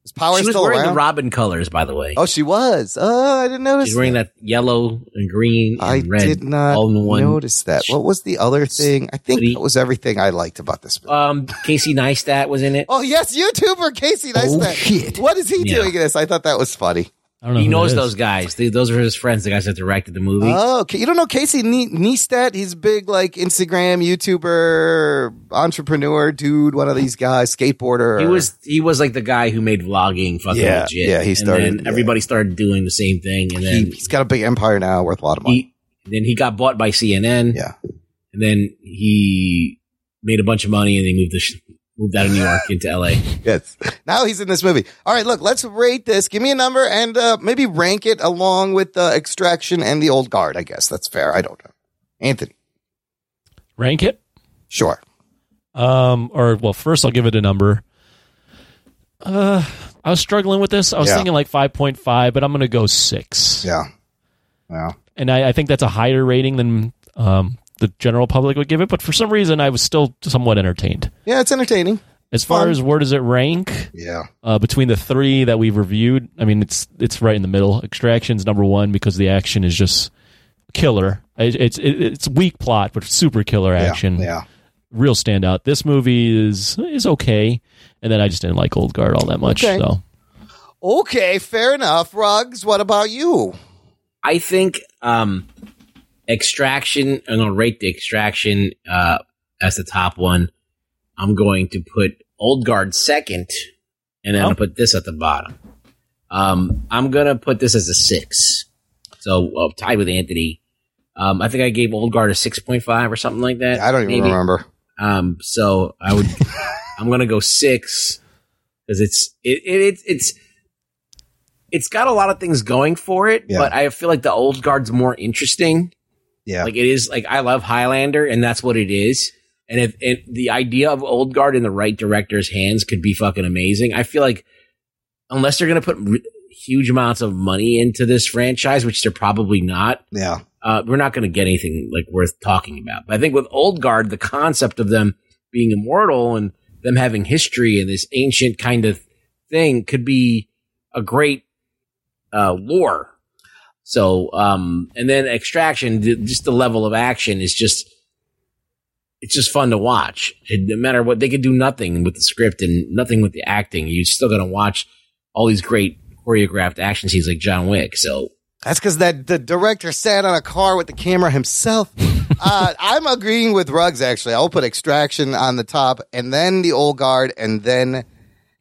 Is power
She was
still
wearing
around?
the Robin colors, by the way.
oh, she was. Oh, I didn't notice.
She's wearing that yellow and green and
I
red.
did not
all in one.
notice that. What was the other thing? I think that was everything I liked about this movie.
Um, Casey Neistat was in it.
Oh yes, YouTuber Casey Neistat.
shit.
What is he
oh, Yeah.
doing in this? I thought that was funny.
I don't know.
he
who that
knows
is.
those guys. They, those are his friends. The guys that directed the movie.
Oh, okay. you don't know Casey Ne- Neistat? He's a big like Instagram YouTuber, entrepreneur dude, one of these guys, skateboarder.
He was he was like the guy who made vlogging fucking
Yeah,
legit.
yeah, he started-
And then
yeah.
everybody started doing the same thing, and
He,
then
has got a big empire now, worth a lot of money.
he then he got bought by CNN.
Yeah.
and then he made a bunch of money, and they moved the sh- moved out of New York into LA.
yes, now he's in this movie. All right, look, let's rate this. Give me a number and uh, maybe rank it along with uh, Extraction and The Old Guard. I guess that's fair. I don't know, Anthony.
rank it.
Sure.
Um, or well, first I'll give it a number. Uh, I was struggling with this. I was
Yeah.
thinking like five point five, but I'm gonna go six.
Yeah. Yeah.
and I, I think that's a higher rating than um, the general public would give it. But for some reason, I was still somewhat entertained.
Yeah. It's entertaining.
As far
Fun.
as where does it rank
Yeah.
uh, between the three that we've reviewed? I mean, it's it's right in the middle. Extraction's number one because the action is just killer. It, it's it, it's weak plot, but super killer action.
Yeah, yeah.
Real standout. This movie is is okay, and then I just didn't like Old Guard all that much.
Okay.
So
Okay, fair enough. Rugs, what about you?
I think um, Extraction, I'm going to rate the Extraction uh, as the top one. I'm going to put Old Guard second, and then I'll
Oh.
put this at the bottom. Um, I'm going to put this as a six. So uh, tied with Anthony. Um, I think I gave Old Guard a 6.5 or something like that.
I don't even
maybe.
remember.
Um, so I would, I'm going to go six because it's, it, it, it's it's, it's got a lot of things going for it,
Yeah.
but I feel like the old guard's more interesting.
Yeah.
Like it is like, I love Highlander and that's what it is. And if it, the idea of old guard in the right director's hands could be fucking amazing. I feel like unless they're going to put re- huge amounts of money into this franchise, which they're probably not
Yeah.
uh, we're not going to get anything like worth talking about. But I think with Old Guard, the concept of them being immortal and them having history and this ancient kind of thing could be a great uh, lore. So, um, and then Extraction, th- just the level of action is just, it's just fun to watch. It, no matter what, they could do nothing with the script and nothing with the acting. You're still going to watch all these great choreographed action scenes like John Wick. So,
That's because that the director sat on a car with the camera himself. uh, I'm agreeing with Rugs. Actually, I'll put Extraction on the top, and then the Old Guard, and then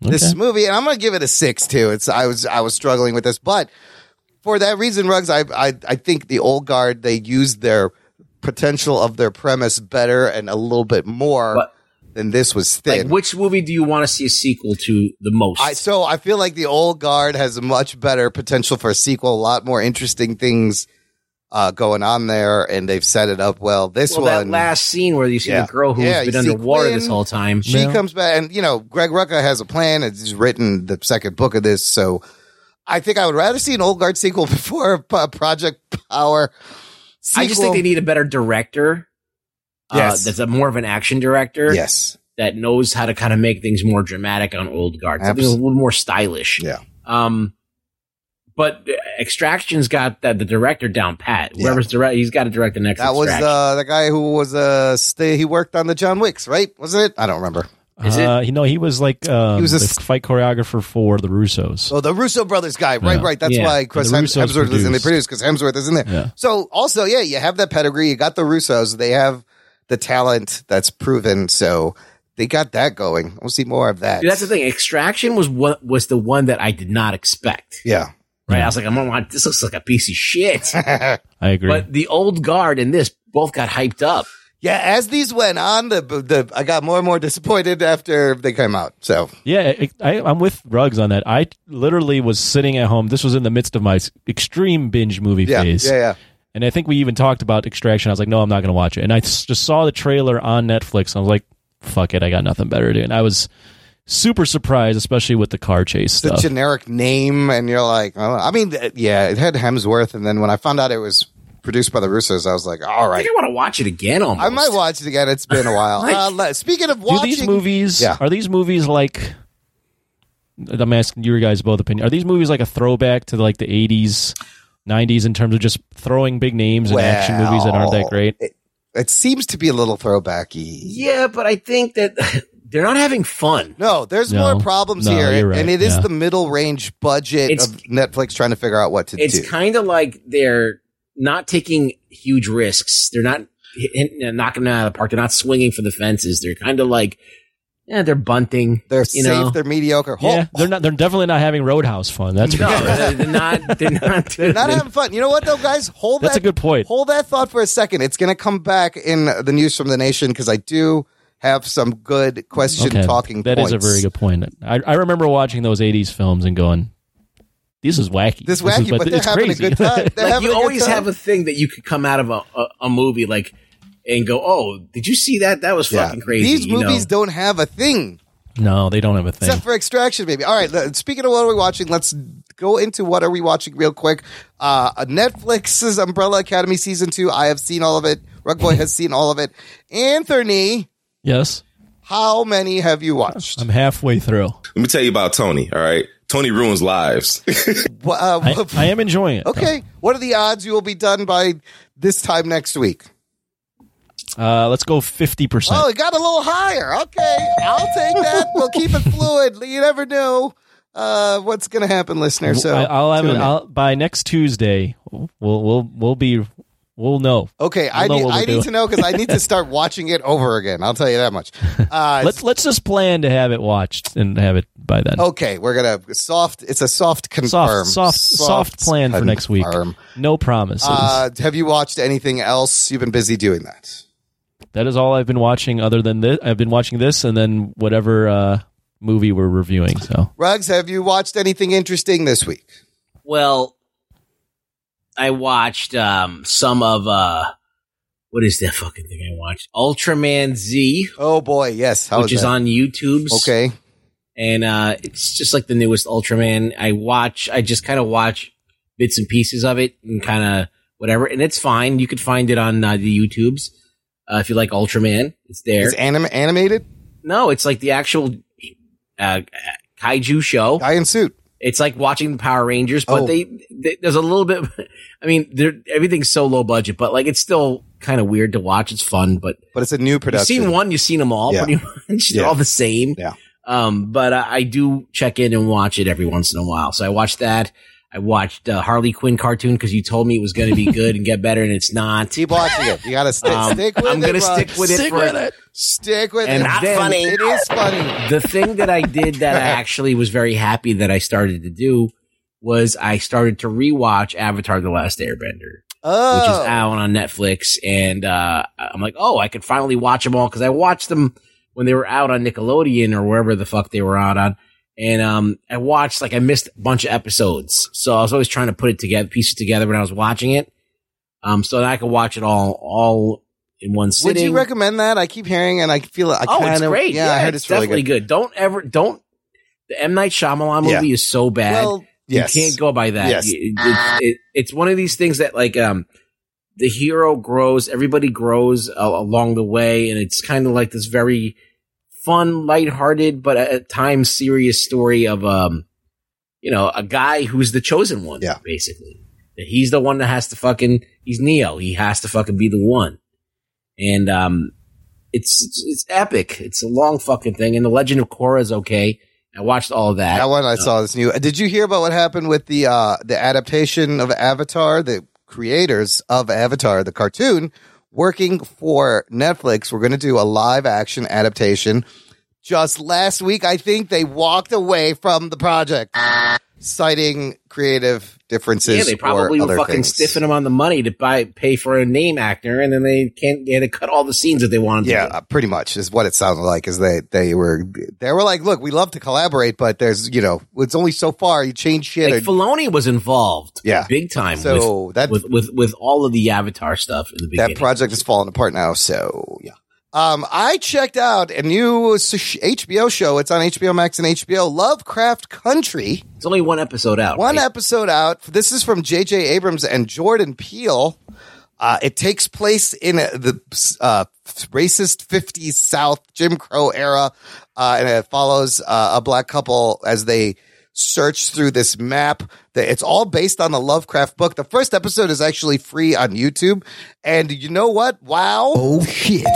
this movie. And I'm going to give it a six too. It's I was I was struggling with this, but for that reason, Rugs, I I, I think the Old Guard they used their potential of their premise better and a little bit more than this was thin.
like, which movie do you want to see a sequel to the most?
I so I feel like the old guard has a much better potential for a sequel, a lot more interesting things uh, going on there, and they've set it up well. This
well,
one
that last scene where you see
Yeah.
the girl who's
Yeah, you
been
see
underwater
Quinn,
this whole time.
She comes back, and you know, Greg Rucka has a plan. It's written the second book of this, so I think I would rather see an old guard sequel before a P- Project Power. Sequel.
I just think they need a better director.
Yes.
Uh, that's a more of an action director.
Yes.
That knows how to kind of make things more dramatic on Old Guard. Something a
Abs-
little more stylish.
Yeah.
Um, but uh, Extraction's got that the director down pat. Whoever's direct, he's got to direct the next.
that was
Extraction.
uh, the guy who was uh, stay. He worked on the John Wicks, right? Wasn't it? I don't remember.
uh, you know he was like uh,
He was a
the
st-
fight choreographer for the Russos.
Oh, the Russo brothers guy, right?
Yeah.
Right. That's
Yeah.
why Chris
The
Hem-
Russos
Hemsworth was in the produce
produced.
because Hemsworth is in there.
Yeah.
So also, yeah, you have that pedigree. You got the Russos. They have the talent that's proven. So they got that going. We'll see more of that.
Dude, that's the thing. Extraction was what was the one that I did not expect.
yeah.
Right? I was like, I'm gonna watch. This looks like a piece of shit.
I agree.
But the old guard and this both got hyped up.
Yeah. As these went on, the the I got more and more disappointed after they came out. So
Yeah, I, I, I'm with Rugs on that. I literally was sitting at home. This was in the midst of my s- extreme binge movie
Yeah,
phase.
yeah, yeah.
And I think we even talked about Extraction. I was like, no, I'm not going to watch it. And I s- just saw the trailer on Netflix. And I was like, fuck it, I got nothing better to do. And I was super surprised, especially with the car chase
the
stuff.
generic name, and you're like, oh, I mean, th- yeah, it had Hemsworth, and then when I found out it was produced by the Russos, I was like, all
I
right.
think I want to watch it again. Almost.
I might watch it again. It's been a while. uh, le- speaking of
do
watching
these movies?
Yeah.
Are these movies like? I'm asking your guys both opinion. Are these movies like a throwback to like the 80s, 90s in terms of just throwing big names in action movies that aren't that
Well,
great?
It, it seems to be a little throwbacky.
Yeah, but I think that they're not having fun.
No, there's
No.
more problems
No,
here,
you're right,
and it is
yeah.
the middle range budget
It's-
of Netflix trying to figure out what to
It's
do.
kind of like they're not taking huge risks. They're not hitting, uh, knocking it out of the park. They're not swinging for the fences. They're kind of like, yeah, they're bunting.
they're
you
safe,
know.
they're mediocre. Hol-
Yeah, they're not. They're definitely not having Roadhouse fun. That's for
no,
sure.
they're they're not. They're not.
They're not having fun. You know what, though, guys? Hold
That's
that,
a good point.
Hold that thought for a second. It's going to come back in the news from the nation because I do have some good question talking
That is
points.
a very good point. I, I remember watching those '80s films and going, "This is wacky.
This wacky, but they're
it's
having
crazy."
a good time. They're
like
having
you
a good
always
time.
have a thing that you could come out of a, a, a movie like and go, oh, did you see that? That was fucking crazy.
These
you know?
movies don't have a thing.
no, they don't have a thing.
Except for Extraction, maybe. All right. le- Speaking of what are we watching, let's go into what are we watching real quick. Uh, Netflix's Umbrella Academy season two. I have seen all of it. Rug Boy has seen all of it. Anthony,
yes,
how many have you watched?
I'm halfway through.
Let me tell you about Tony, all right? Tony ruins lives.
Well,
I, I am enjoying it.
uh, Okay. What are the odds you will be done by this time next week?
Uh, let's go fifty percent.
Oh, it got a little higher. Okay. I'll take that. We'll keep it fluid. You never know uh, what's going to happen, listener. So
I, will have
tune
an,
in.
I'll, by next Tuesday. We'll we'll we'll be we'll know.
Okay, I
We'll know
need,
what we're
I need
doing.
to know because I need to start watching it over again. I'll tell you that much. Uh,
let's let's just plan to have it watched and have it by then.
okay, we're gonna soft. It's a soft confirm.
soft, soft, soft plan for next week.
confirm.
No promises.
Uh, have you watched anything else? You've been busy doing that.
that is all I've been watching. Other than this, I've been watching this and then whatever uh, movie we're reviewing. So
Ruggs, have you watched anything interesting this week?
Well, I watched um, some of uh, what is that fucking thing I watched? Ultraman Z.
Oh boy, yes, How
which
is
is
that?
on YouTube.
Okay,
and uh, it's just like the newest Ultraman. I watch. I just kind of watch bits and pieces of it and kind of whatever, and it's fine. You could find it on uh, the YouTubes uh, if you like Ultraman. It's there.
It's anim- animated.
No, it's like the actual uh, kaiju show.
Guy in suit.
It's like watching the Power Rangers, but
Oh.
they, they there's a little bit. I mean, they're, everything's so low budget, but like it's still kind of weird to watch. It's fun, but
But it's a new production.
You've seen one, you've seen them all
Yeah.
pretty much.
Yeah.
They're all the same.
Yeah.
Um, but I, I do check in and watch it every once in a while. So I watched that. I watched uh, Harley Quinn cartoon because you told me it was going to be good and get better, and it's not.
Keep watching it. You gotta stick,
Um,
stick with
I'm
it.
gonna
Ruggs.
stick with it Stick for- with it.
Stick with
And
it.
Not then- funny.
It is funny.
the thing that I did that I actually was very happy that I started to do was I started to rewatch Avatar: The Last Airbender.
Oh,
which is out on Netflix. And uh, I'm like, oh, I could finally watch them all because I watched them when they were out on Nickelodeon or wherever the fuck they were out on. And um, I watched like I missed a bunch of episodes, so I was always trying to put it together, piece it together when I was watching it, um, so that I could watch it all all in one
Would
sitting.
you recommend that? I keep hearing and I feel it. I
oh,
kinda,
it's great!
Yeah,
Yeah,
I heard
it's,
it's, really
definitely
good.
good. Don't ever don't. The M Night Shyamalan
Yeah.
movie is so bad.
Well, yes.
You can't go by that.
Yes.
You- it's, it- it's one of these things that like um the hero grows, everybody grows uh, along the way, and it's kind of like this very fun, lighthearted, but at- at times serious story of um you know a guy who's the chosen one. Yeah. Basically, That he's the one that has to fucking he's Neo. He has to fucking be the one, and um it's it's, it's epic. It's a long fucking thing, and the Legend of Korra is okay. I watched all of that.
That one I saw this new. Did you hear about what happened with the uh, the adaptation of Avatar? The creators of Avatar, the cartoon, working for Netflix, we're going to do a live action adaptation. Just last week, I think they walked away from the project, citing creative differences.
Yeah, they probably
or
were
other
fucking
things.
stiffing them on the money to buy pay for a name actor, and then they can't. They had to cut all the scenes that they wanted.
Yeah, uh, pretty much is what it sounded like. Is they they were they were like, look, we love to collaborate, but there's you know it's only so far. You change
to
shit.
do.
or-
Like Filoni was involved,
Yeah.
big time.
So
with,
that-
with, with with all of the Avatar stuff in the beginning.
that project is falling apart now. So yeah. Um, I checked out a new s- HBO show. It's on HBO Max and HBO Lovecraft Country.
it's only one episode out.
One episode out. This is from J.J. Abrams and Jordan Peele. Uh, it takes place in a, the uh, racist 50s South Jim Crow era, uh, and it follows uh, a black couple as they search through this map. The- It's all based on the Lovecraft book. The first episode is actually free on YouTube. And you know what? Wow.
Oh, shit.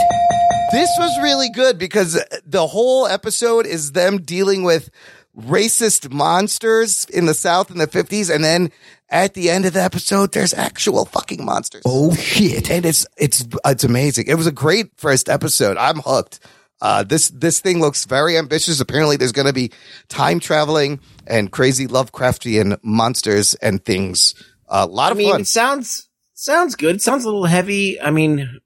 This was really good because the whole episode is them dealing with racist monsters in the South in the 50s. And then at the end of the episode, there's actual fucking monsters.
Oh, shit.
And it's, it's, it's amazing. It was a great first episode. I'm hooked. Uh, this, this thing looks very ambitious. Apparently there's going to be time traveling and crazy Lovecraftian monsters and things. Uh, A lot
I
of
mean,
fun.
it sounds sounds good. It sounds a little heavy. I mean,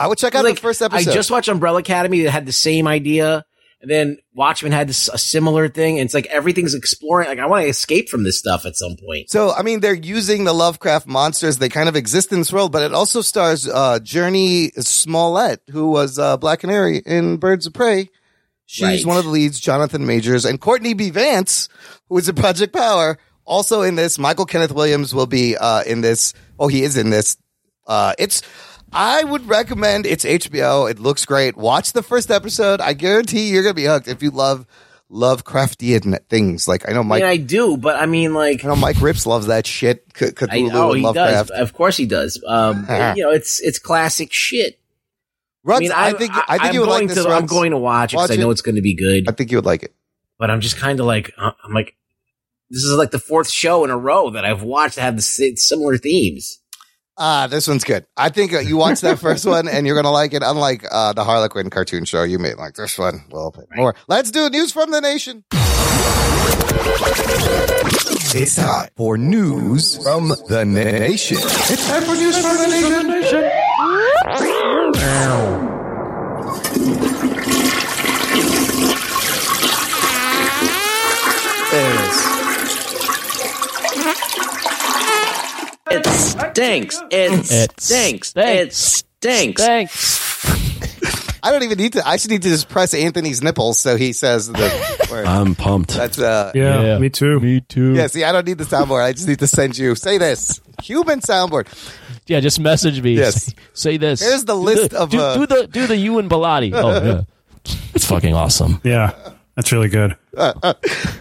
I would check out
like,
the first
I
episode.
just watched Umbrella Academy that had the same idea, and then Watchmen had this, a similar thing. And it's like everything's exploring. Like I want to escape from this stuff at some point.
So, I mean, they're using the Lovecraft monsters. They kind of exist in this world, but it also stars uh, Journey Smollett, who was uh, Black Canary in Birds of Prey. She's
Right.
one of the leads, Jonathan Majors, and Courtney B. Vance, who is in Project Power, also in this. Michael Kenneth Williams will be uh, in this. Oh, he is in this. Uh, it's. I would recommend it's HBO. It looks great. Watch the first episode. I guarantee you're gonna be hooked if you love Lovecraftian things. Like I know Mike.
I, mean, I do, but I mean, like
I know Mike Rips loves that shit. C-
I,
Cthulhu
oh,
and
he
Lovecraft.
does. Of course, he does. Um, you know, it's it's classic shit.
Ruts, I think- I think
am
you would like
going
this,
To, I'm
Ruts.
going to watch it because I
Watch
know
it.
it's going to be good.
I think you would like it.
But I'm just kind of like uh, I'm like, this is like the fourth show in a row that I've watched that have the si- similar themes.
Ah, this one's good. I think uh, you watch that first one and you're gonna like it. Unlike uh, the Harlequin cartoon show, you may like this one a little bit more. Let's do news from the nation. It's time for news from the nation. It's time for news from the nation.
It stinks. It
It
stinks. It stinks.
I don't even need to. I should need to just press Anthony's nipples so he says the word.
I'm pumped.
That's uh,
Yeah, me too. Me too.
yeah. See, I don't need the soundboard. I just need to send you. Say this human soundboard.
Yeah, just message me. Yes. Say this.
Here's the
Do
list of,
do,
uh,
do the do the you and Bilotti. Oh yeah. It's fucking awesome.
Yeah, that's really good.
Uh, uh,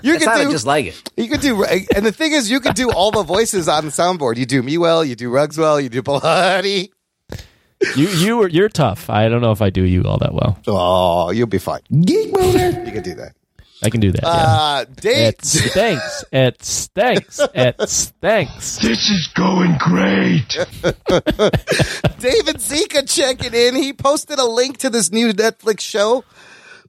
you
That's
can
how I
do
just like it.
You could do, and the thing is, you could do all the voices on the soundboard. You do me well, you do Rugs well, you do Bloody.
You you are you're tough. I don't know if I do you all that well.
Oh, you'll be fine. Geek Builder. You could do that.
I can do that.
Uh,
yeah.
Dave,
It stinks. It stinks. It stinks. This is going great.
David Zika checking in. He posted a link to this new Netflix show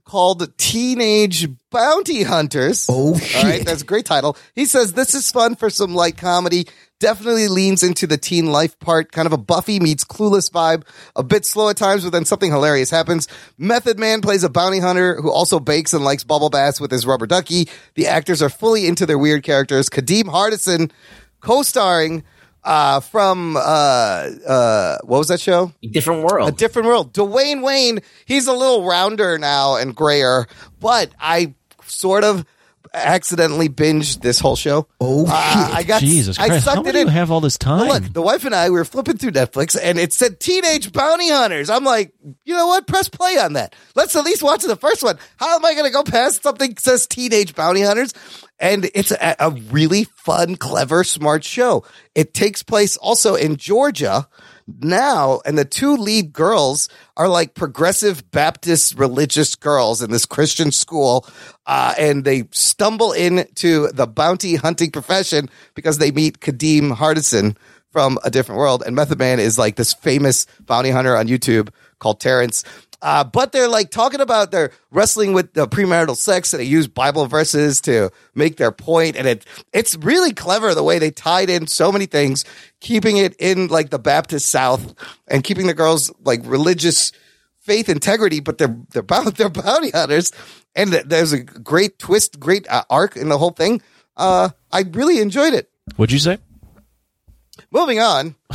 called Teenage Bounty Hunters. Oh, All right, that's a great title. He says this is fun for some light comedy. Definitely leans into the teen life part, kind of a Buffy meets Clueless vibe. A bit slow at times, but then something hilarious happens. Method Man plays a bounty hunter who also bakes and likes bubble baths with his rubber ducky. The actors are fully into their weird characters. Kadeem Hardison co-starring uh, from uh, uh, what was that show?
Different world.
A different world. Dwayne Wayne. He's a little rounder now and grayer, but I sort of accidentally binged this whole show. Oh, I got
Jesus Christ.
I sucked
How
it
do you
in.
have all this time?
Well, Look, the wife and I we were flipping through Netflix, and it said "Teenage Bounty Hunters." I'm like, you know what? Press play on that. Let's at least watch the first one. How am I going to go past something that says "Teenage Bounty Hunters"? And it's a, a really fun, clever, smart show. It takes place also in Georgia now, and the two lead girls are like progressive Baptist religious girls in this Christian school, uh, and they stumble into the bounty hunting profession because they meet Kadeem Hardison from a different world, and Method Man is like this famous bounty hunter on YouTube called Terrence. Uh, but they're like talking about they're wrestling with the premarital sex and they use Bible verses to make their point. And it, it's really clever the way they tied in so many things, keeping it in like the Baptist South and keeping the girls like religious faith integrity, but they're, they're bound, they're bounty hunters. And th- there's a great twist, great uh, arc in the whole thing. Uh, I really enjoyed it.
What'd you say?
Moving on.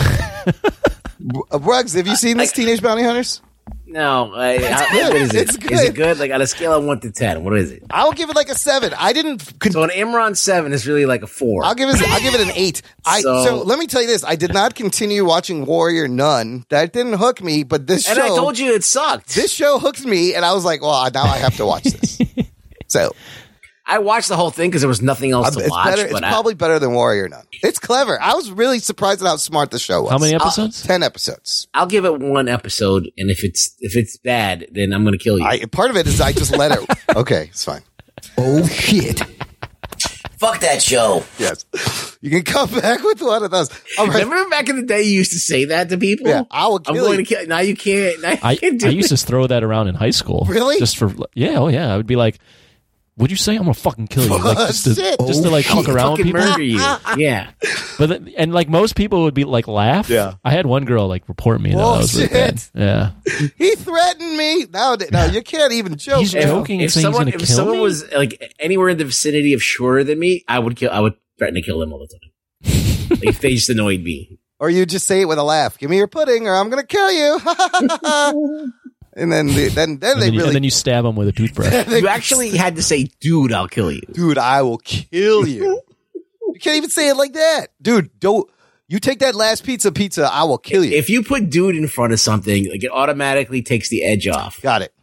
R- Rugs, have you seen this Teenage Bounty Hunters?
No, I,
It's
how-
good.
what is it?
It's
Is
good.
it good? Like on a scale of one to ten, what is it?
I'll give it like a seven. I didn't. Con-
so an Imran seven is really like a four.
I'll give it. I'll give it an eight. I so,
So-
let me tell you this. I did not continue watching Warrior Nun. That didn't hook me. But this
and
show,
I told you it sucked.
this show hooked me, and I was like, well, now I have to watch this. so
I watched the whole thing because there was nothing else to
it's
watch.
better. It's
but I-
probably better than Warrior Nun. It's clever. I was really surprised at how smart the show was.
How many episodes?
Ten episodes.
I'll give it one episode, and if it's if it's bad, then I'm gonna kill you.
I, part of it is I just let it. Okay, it's fine. Oh shit!
Fuck that show.
Yes, you can come back with one of those. All right.
Remember back in the day, you used to say that to people.
Yeah, I will
I'm
kill
going
you.
to kill. Now you can't. Now you
I,
can't do
I used
it.
to throw that around in high school.
Really?
Just for yeah, oh yeah. I would be like, "Would you say I'm gonna fucking kill you?" Like just to,
Shit.
just to like fuck around
fucking
with people.
murder you. yeah.
But then, and like most people would be like laugh. Yeah. I had one girl like report me. though. That was really bad.
Bullshit.
Yeah.
He threatened me. Now, now you can't even joke.
He's
now.
joking and
If
saying he's
someone
gonna
if
kill
someone
me.
was like anywhere in the vicinity of shorter than me, I would kill. I would threaten to kill them all the time. Like, if they just annoyed me.
Or you just say it with a laugh. Give me your pudding, or I'm gonna kill you. and then, the, then, then
and,
they
then you, and
really,
then you stab him with a toothbrush.
You actually had to say, "Dude, I'll kill you."
dude, I will kill you. you can't even say it like that, dude. Don't you take that last pizza, pizza? I will kill you.
If you put "dude" in front of something, like it automatically takes the edge off.
Got it.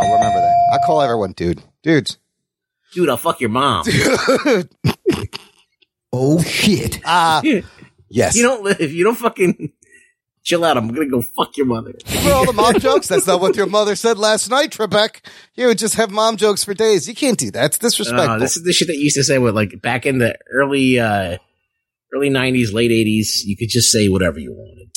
I'll remember that. I call everyone, dude. Dudes.
dude, I'll fuck your mom.
Oh shit.
Ah.
yes. You don't live. You don't fucking chill out. I'm gonna go fuck your mother.
For all the mom jokes, that's not what your mother said last night, Trebek. You would just have mom jokes for days. You can't do that. It's disrespectful.
Uh, this is the shit that you used to say with like back in the early uh early '90s, late '80s. You could just say whatever you wanted.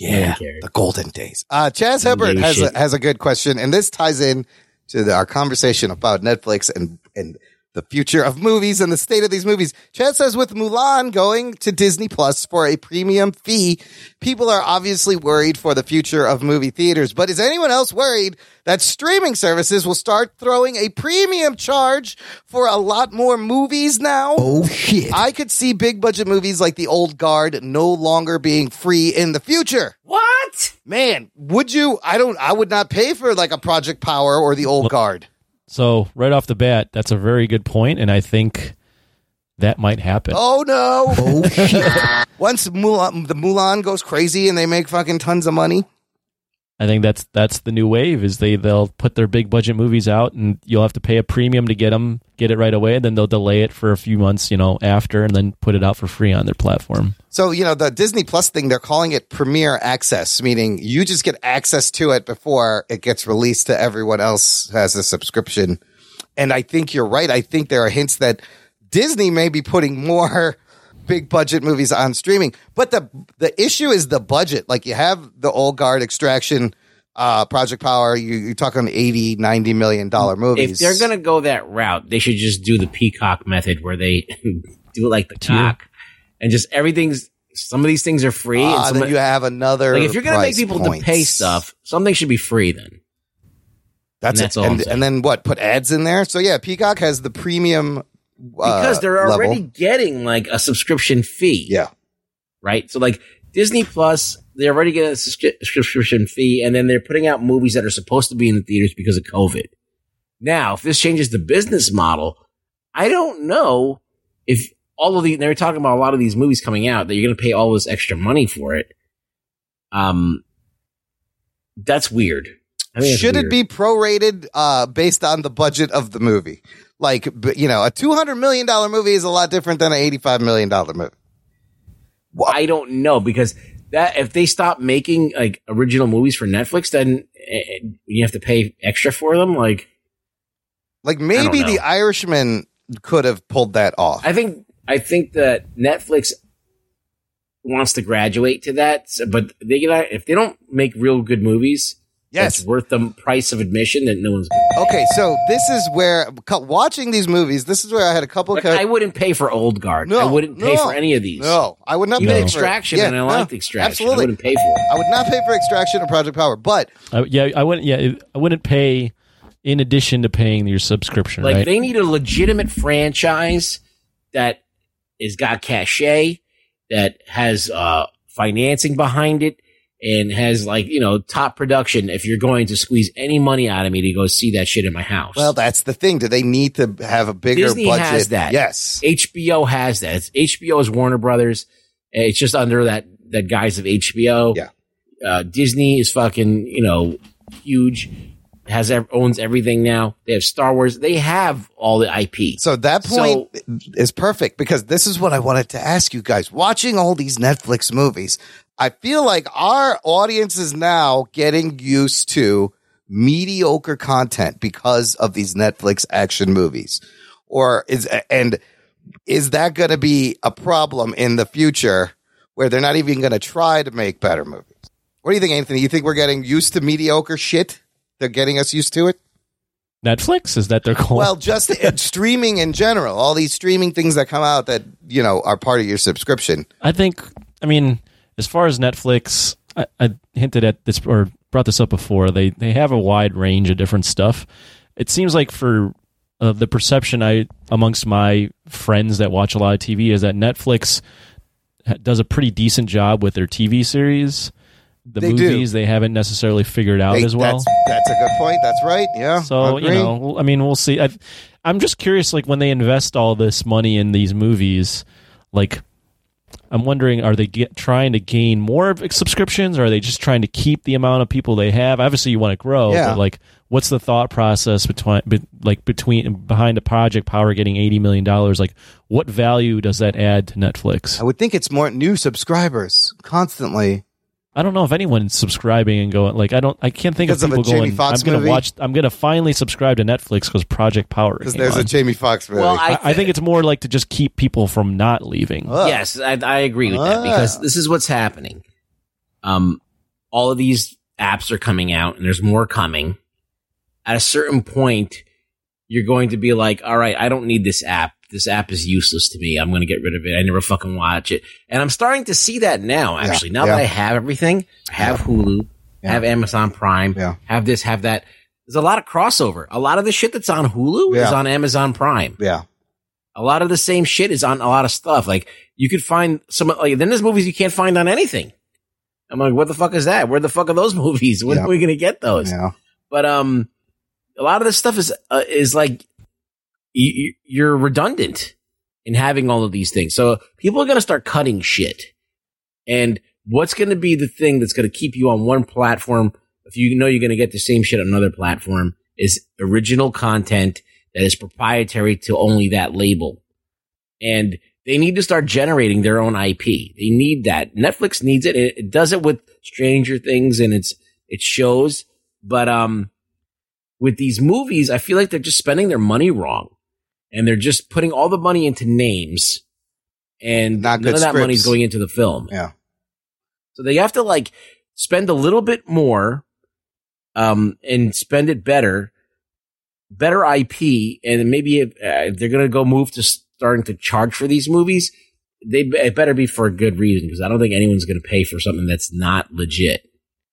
yeah, the golden days. Uh, Chaz Hibbert
New
has a,
shit.
has a good question, and this ties in to the, our conversation about Netflix and and the future of movies and the state of these movies. Chaz says, with Mulan going to Disney Plus for a premium fee, people are obviously worried for the future of movie theaters. But is anyone else worried that streaming services will start throwing a premium charge for a lot more movies now?
Oh shit!
I could see big budget movies like The Old Guard no longer being free in the future.
What?
Man, would you? I don't. I would not pay for like a Project Power or the Old Guard.
So right off the bat, that's a very good point, and I think that might happen.
Oh no! Once Mulan, the Mulan goes crazy and they make fucking tons of money.
I think that's that's the new wave is they they'll put their big budget movies out and you'll have to pay a premium to get them get it right away and then they'll delay it for a few months you know after and then put it out for free on their platform.
So you know the Disney Plus thing, they're calling it Premiere Access, meaning you just get access to it before it gets released to everyone else who has a subscription. And I think you're right. I think there are hints that Disney may be putting more big budget movies on streaming. But the the issue is the budget. Like you have the old guard extraction, uh, Project Power, you, you talk on 80, 90 million dollar
If
movies.
they're gonna go that route, they should just do the peacock method, where they do it like the cock, and just everything's. Some of these things are free,
Ah,
and some
then you have another
Like if you're gonna make
price
people
points.
to pay stuff, something should be free then.
That's
And
it.
that's all I'm
and,
saying.
and then what? Put ads in there. So yeah, Peacock has the premium uh,
because they're already
level.
getting like a subscription fee.
Yeah.
Right. So like Disney Plus, they're already getting a subscri- subscription fee, and then they're putting out movies that are supposed to be in the theaters because of COVID. Now, if this changes the business model, I don't know if all of the they're talking about a lot of these movies coming out that you're going to pay all this extra money for it. Um, that's weird. I think that's
Should
weird.
it be prorated uh, based on the budget of the movie? Like b- you know, a two hundred million dollar movie is a lot different than an eighty five million dollar movie.
I don't know because that if they stop making like original movies for Netflix, then eh, you have to pay extra for them. Like,
Like maybe
know.
The Irishman could have pulled that off.
I think I think that Netflix wants to graduate to that, so- but they get if they don't make real good movies,
Yes.
that's worth the price of admission that no one's. Gonna
Okay, so this is where co- watching these movies. This is where I had a couple.
But
co-
I wouldn't pay for Old Guard.
No,
I wouldn't pay
no,
for any of these.
No, I would not
Even
pay
Extraction,
for it.
and I liked Extraction. I
Absolutely,
wouldn't pay for it.
I would not pay for Extraction or Project Power, but
I, yeah, I wouldn't. Yeah, I wouldn't pay in addition to paying your subscription.
Like
right?
they need a legitimate franchise that is got cachet, that has uh, financing behind it, and has like you know top production. If you're going to squeeze any money out of me to go see that shit in my house,
Well, that's the thing. Do they need to have a bigger
Disney
budget?
has that.
Yes.
HBO has that. It's, HBO is Warner Brothers. Uh, It's just under that that guise of HBO.
Yeah.
Uh, Disney is fucking you know huge. Has ev- owns everything now. They have Star Wars. They have all the IP.
So that
So-
point is perfect because this is what I wanted to ask you guys. Watching all these Netflix movies, I feel like our audience is now getting used to mediocre content because of these Netflix action movies. Or is and is that going to be a problem in the future where they're not even going to try to make better movies? What do you think, Anthony? You think we're getting used to mediocre shit? They're getting us used to it?
Netflix is that they're called?
Well, just uh, streaming in general, all these streaming things that come out that you know are part of your subscription.
I think, I mean, as far as Netflix, I, I hinted at this or brought this up before. They they have a wide range of different stuff. It seems like for uh, the perception I amongst my friends that watch a lot of TV is that Netflix ha- does a pretty decent job with their TV series. The
They do.
movies they haven't necessarily figured out
Hey,
as well.
That's, that's a good point. That's right. Yeah.
So you
agree.
know, well, I mean, we'll see. i I'm just curious, like when they invest all this money in these movies, like I'm wondering, are they get, trying to gain more v- subscriptions? Or are they just trying to keep the amount of people they have? Obviously, you want to grow,
Yeah.
but like, what's the thought process between, be, like, between behind a project power getting eighty million dollars? Like, what value does that add to Netflix?
I would think it's more new subscribers constantly.
I don't know if anyone's subscribing and going like I don't I can't think of
Because of a
people
Jamie
going.
Foxx
I'm gonna
movie?
watch. I'm gonna finally subscribe to Netflix because Project Power.
Because
came
there's a
on.
Jamie Foxx movie.
Well, I-
I, I think it's more like to just keep people from not leaving.
Yes, I, I agree with that because this is what's happening. Um, all of these apps are coming out, and there's more coming. At a certain point, you're going to be like, "All right, I don't need this app. This app is useless to me. I'm going to get rid of it. I never fucking watch it." And I'm starting to see that now. Actually, now that
yeah.
I have everything, I have Hulu, have Amazon Prime, have this, have that. There's a lot of crossover. A lot of the shit that's on Hulu is
Yeah.
on Amazon Prime
Yeah.
a lot of the same shit is on a lot of stuff. Like you could find some like then there's movies you can't find on anything. I'm like, what the fuck is that? Where the fuck are those movies? When
Yeah.
are we gonna get those?
Yeah.
But um, a lot of this stuff is uh, is like you, you- you're redundant in having all of these things. So people are gonna start cutting shit. And what's gonna be the thing that's gonna keep you on one platform if you know you're gonna get the same shit on another platform is original content that is proprietary to only that label and they need to start generating their own IP. They need that. Netflix needs it. It, it does it with Stranger Things and its its shows, but um, with these movies, I feel like they're just spending their money wrong, and they're just putting all the money into names, and
Not
none
good
of that money's
scripts.
going into the film.
Yeah.
So they have to like spend a little bit more, um, and spend it better better IP, and maybe if, uh, if they're going to go move to starting to charge for these movies, they be- it better be for a good reason because I don't think anyone's going to pay for something that's not legit.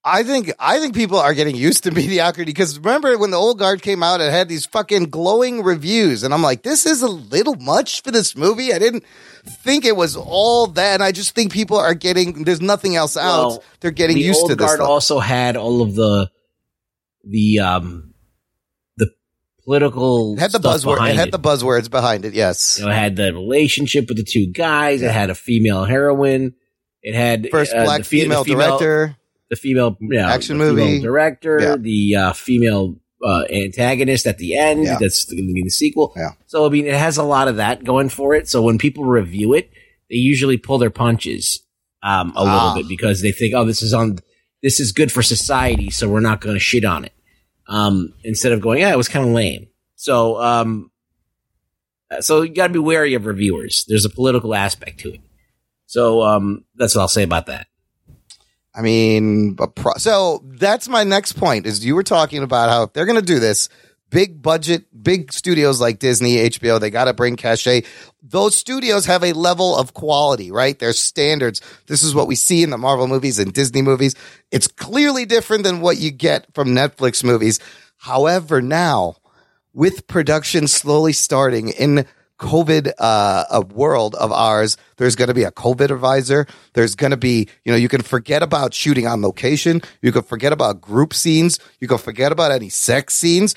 I think I think people are getting used to mediocrity because remember when the old guard came out, it had these fucking glowing reviews, and I'm like, this is a little much for this movie. I didn't think it was all that. And I just think people are getting there's nothing else out.
Well,
They're getting
the
used
old
to this.
guard
stuff.
also had all of the the um the political
It had the
stuff
buzzword. It
behind
had the buzzwords behind it. Yes,
You know, it had the relationship with the two guys. It had a female heroine. It had
first
uh, the
black
fe-
female,
the
director.
the female yeah,
Action
the female
movie.
director,
Yeah.
the uh, female uh, antagonist at the end.
Yeah.
That's going to be the sequel.
Yeah.
So I mean, it has a lot of that going for it. So when people review it, they usually pull their punches um, a
Ah.
little bit because they think, oh, this is on, this is good for society, so we're not going to shit on it. Um, instead of going, yeah, it was kind of lame. So, um, uh, so you got to be wary of reviewers. There's a political aspect to it. So um, that's what I'll say about that.
I mean, a pro- so that's my next point is you were talking about how if they're going to do this big budget, big studios like Disney, HBO, they got to bring cachet. Those studios have a level of quality, right? Their standards. This is what we see in the Marvel movies and Disney movies. It's clearly different than what you get from Netflix movies. However, now with production slowly starting in COVID uh, a world of ours, there's going to be a COVID advisor. There's going to be, you know, you can forget about shooting on location. You can forget about group scenes. You can forget about any sex scenes.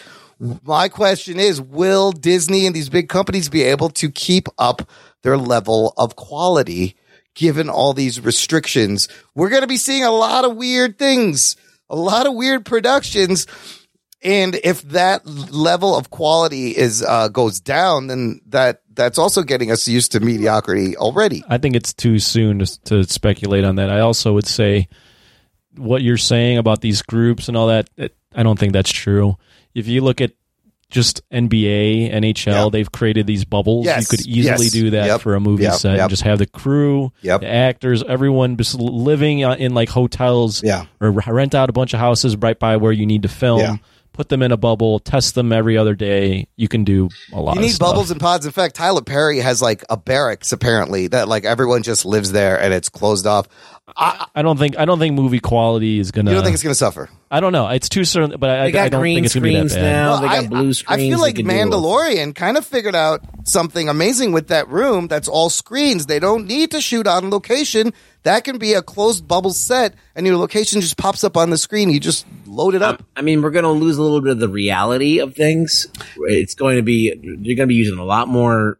My question is, will Disney and these big companies be able to keep up their level of quality given all these restrictions? We're going to be seeing a lot of weird things, a lot of weird productions. And if that level of quality is uh, goes down, then that that's also getting us used to mediocrity already.
I think it's too soon to, to speculate on that. I also would say what you're saying about these groups and all that. It, I don't think that's true. If you look at just NBA, NHL, they've created these bubbles.
Yes,
you could easily
yes,
do that
yep,
for a movie
yep,
set.
yep.
And just have the crew,
Yep.
the actors, everyone just living uh, in like hotels
Yeah.
or rent out a bunch of houses right by where you need to film.
Yeah.
Put them in a bubble, test them every other day. You can do a lot
You
of
need
stuff.
bubbles and pods. In fact, Tyler Perry has like a barracks apparently that like everyone just lives there and it's closed off.
I don't think I don't think movie quality is gonna.
You
Uh.
don't think it's going to suffer?
I don't know. It's too soon, but I,
They got
I don't
green
think it's gonna be that
screens
bad.
now. they got
I-
blue
I
screens
feel
they
like
could do it.
Mandalorian kind of figured out something amazing with that room that's all screens. They don't need to shoot on location. That can be a closed bubble set and your location just pops up on the screen. You just load it up.
I mean, we're going to lose a little bit of the reality of things. It's going to be you're going to be using a lot more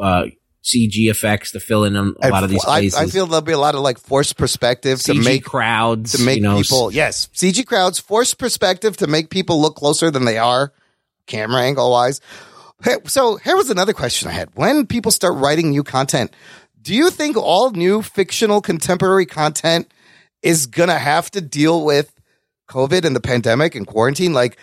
uh, CG effects to fill in a lot of these
I,
places.
I feel there'll be a lot of like forced perspective to
CG
make
crowds
to make
you know,
people. Yes, CG crowds, forced perspective to make people look closer than they are, camera angle wise. Hey, So here was another question I had: When people start writing new content, do you think all new fictional contemporary content is gonna have to deal with COVID and the pandemic and quarantine, like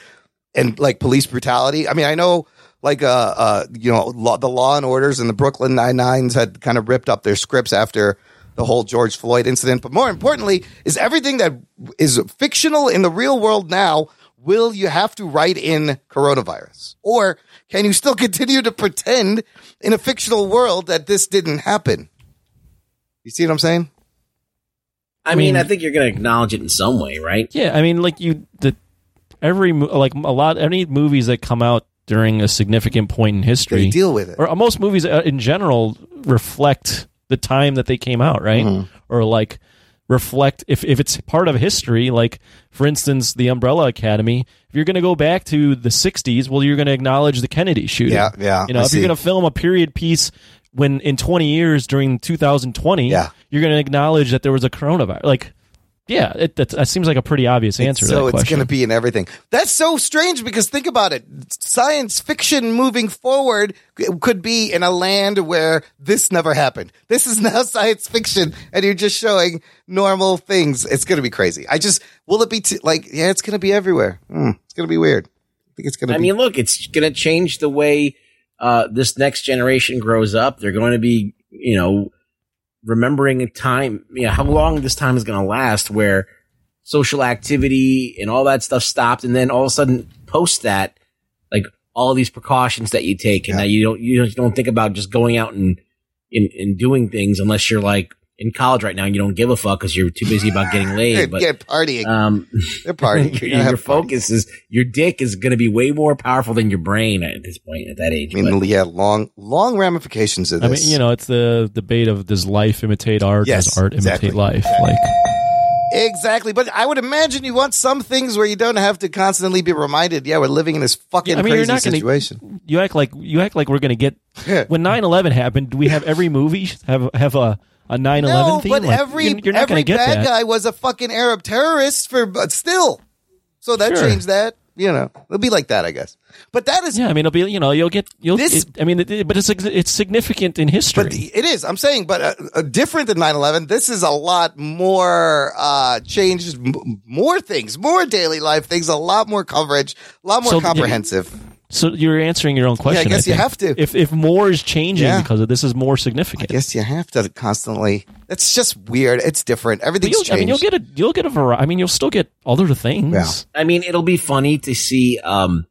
and like police brutality? I mean, I know like uh uh you know law, the Law and Orders and the Brooklyn Nine Nines had kind of ripped up their scripts after the whole George Floyd incident, but more importantly, is everything that is fictional in the real world now? Will you have to write in coronavirus, or can you still continue to pretend in a fictional world that this didn't happen? You see what I'm saying?
I mean, I think you're going to acknowledge it in some way, right?
Yeah, I mean, like you, the every mo- like a lot any movies that come out during a significant point in history
They deal with it.
or most movies uh, in general reflect the time that they came out, right?
Mm-hmm.
Or like reflect if if it's part of history, like for instance, the Umbrella Academy. If you're going to go back to the '60s, well, you're going to acknowledge the Kennedy shooting.
Yeah, yeah,
You know,
I
if you're
see.
going to film a period piece. When in 20 years during 2020, yeah. you're going to acknowledge that there was a coronavirus. Like, yeah, it, that, that seems like a pretty obvious answer. to
so
that
it's
question.
going to be in everything. That's so strange because think about it. Science fiction moving forward c- could be in a land where this never happened. This is now science fiction, and you're just showing normal things. It's going to be crazy. I just will it be t- like yeah, it's going to be everywhere. Hmm. it's going to be weird. I think it's going to
I
be.
mean, look, it's going to change the way uh, this next generation grows up. They're going to be, you know, remembering a time, you know, how long this time is going to last where social activity and all that stuff stopped. And then all of a sudden, post that, like all these precautions that you take. And now you don't, you don't- you don't think about just going out and, and, and doing things unless you're like in college right now and you don't give a fuck because you're too busy about getting laid. But
yeah, partying.
um,
They're partying.
your
You're gonna have
your focus is your dick is going to be way more powerful than your brain at this point at that age.
I mean,
but-
yeah, long long ramifications of
I
this.
mean, you know, it's the debate of does life imitate art?
Yes,
does art
exactly.
imitate life? Like,
Exactly. But I would imagine you want some things where you don't have to constantly be reminded, yeah, we're living in this fucking
I mean, you're
crazy
not gonna-
situation.
you act like you act like we're gonna get when 9-11 happened. We have every movie have have a a 9-11
no,
theme.
but
Like,
every
you're, you're not
every
gonna get
bad
that.
guy was a fucking Arab terrorist for but still. So that
Sure.
changed that, you know. It'll be like that, I guess. But that is
Yeah, I mean, it'll be you know you'll get you'll.
This-
it- I mean, it- it- but it's it's significant in history.
it is. I'm saying, but uh, uh, different than 9/11. This is a lot more uh changed, m- more things, more daily life things, a lot more coverage, a lot more
So-
comprehensive.
so you're answering your own question.
yeah, I guess you
think.
have to.
If if more is changing
Yeah.
because of this, is more significant.
Yes, you have to constantly. It's just weird. It's different.
But
Everything's
you'll,
changed.
I mean, you'll get a you'll get a variety. I mean, you'll still get other things.
I mean, it'll be funny to see. Um,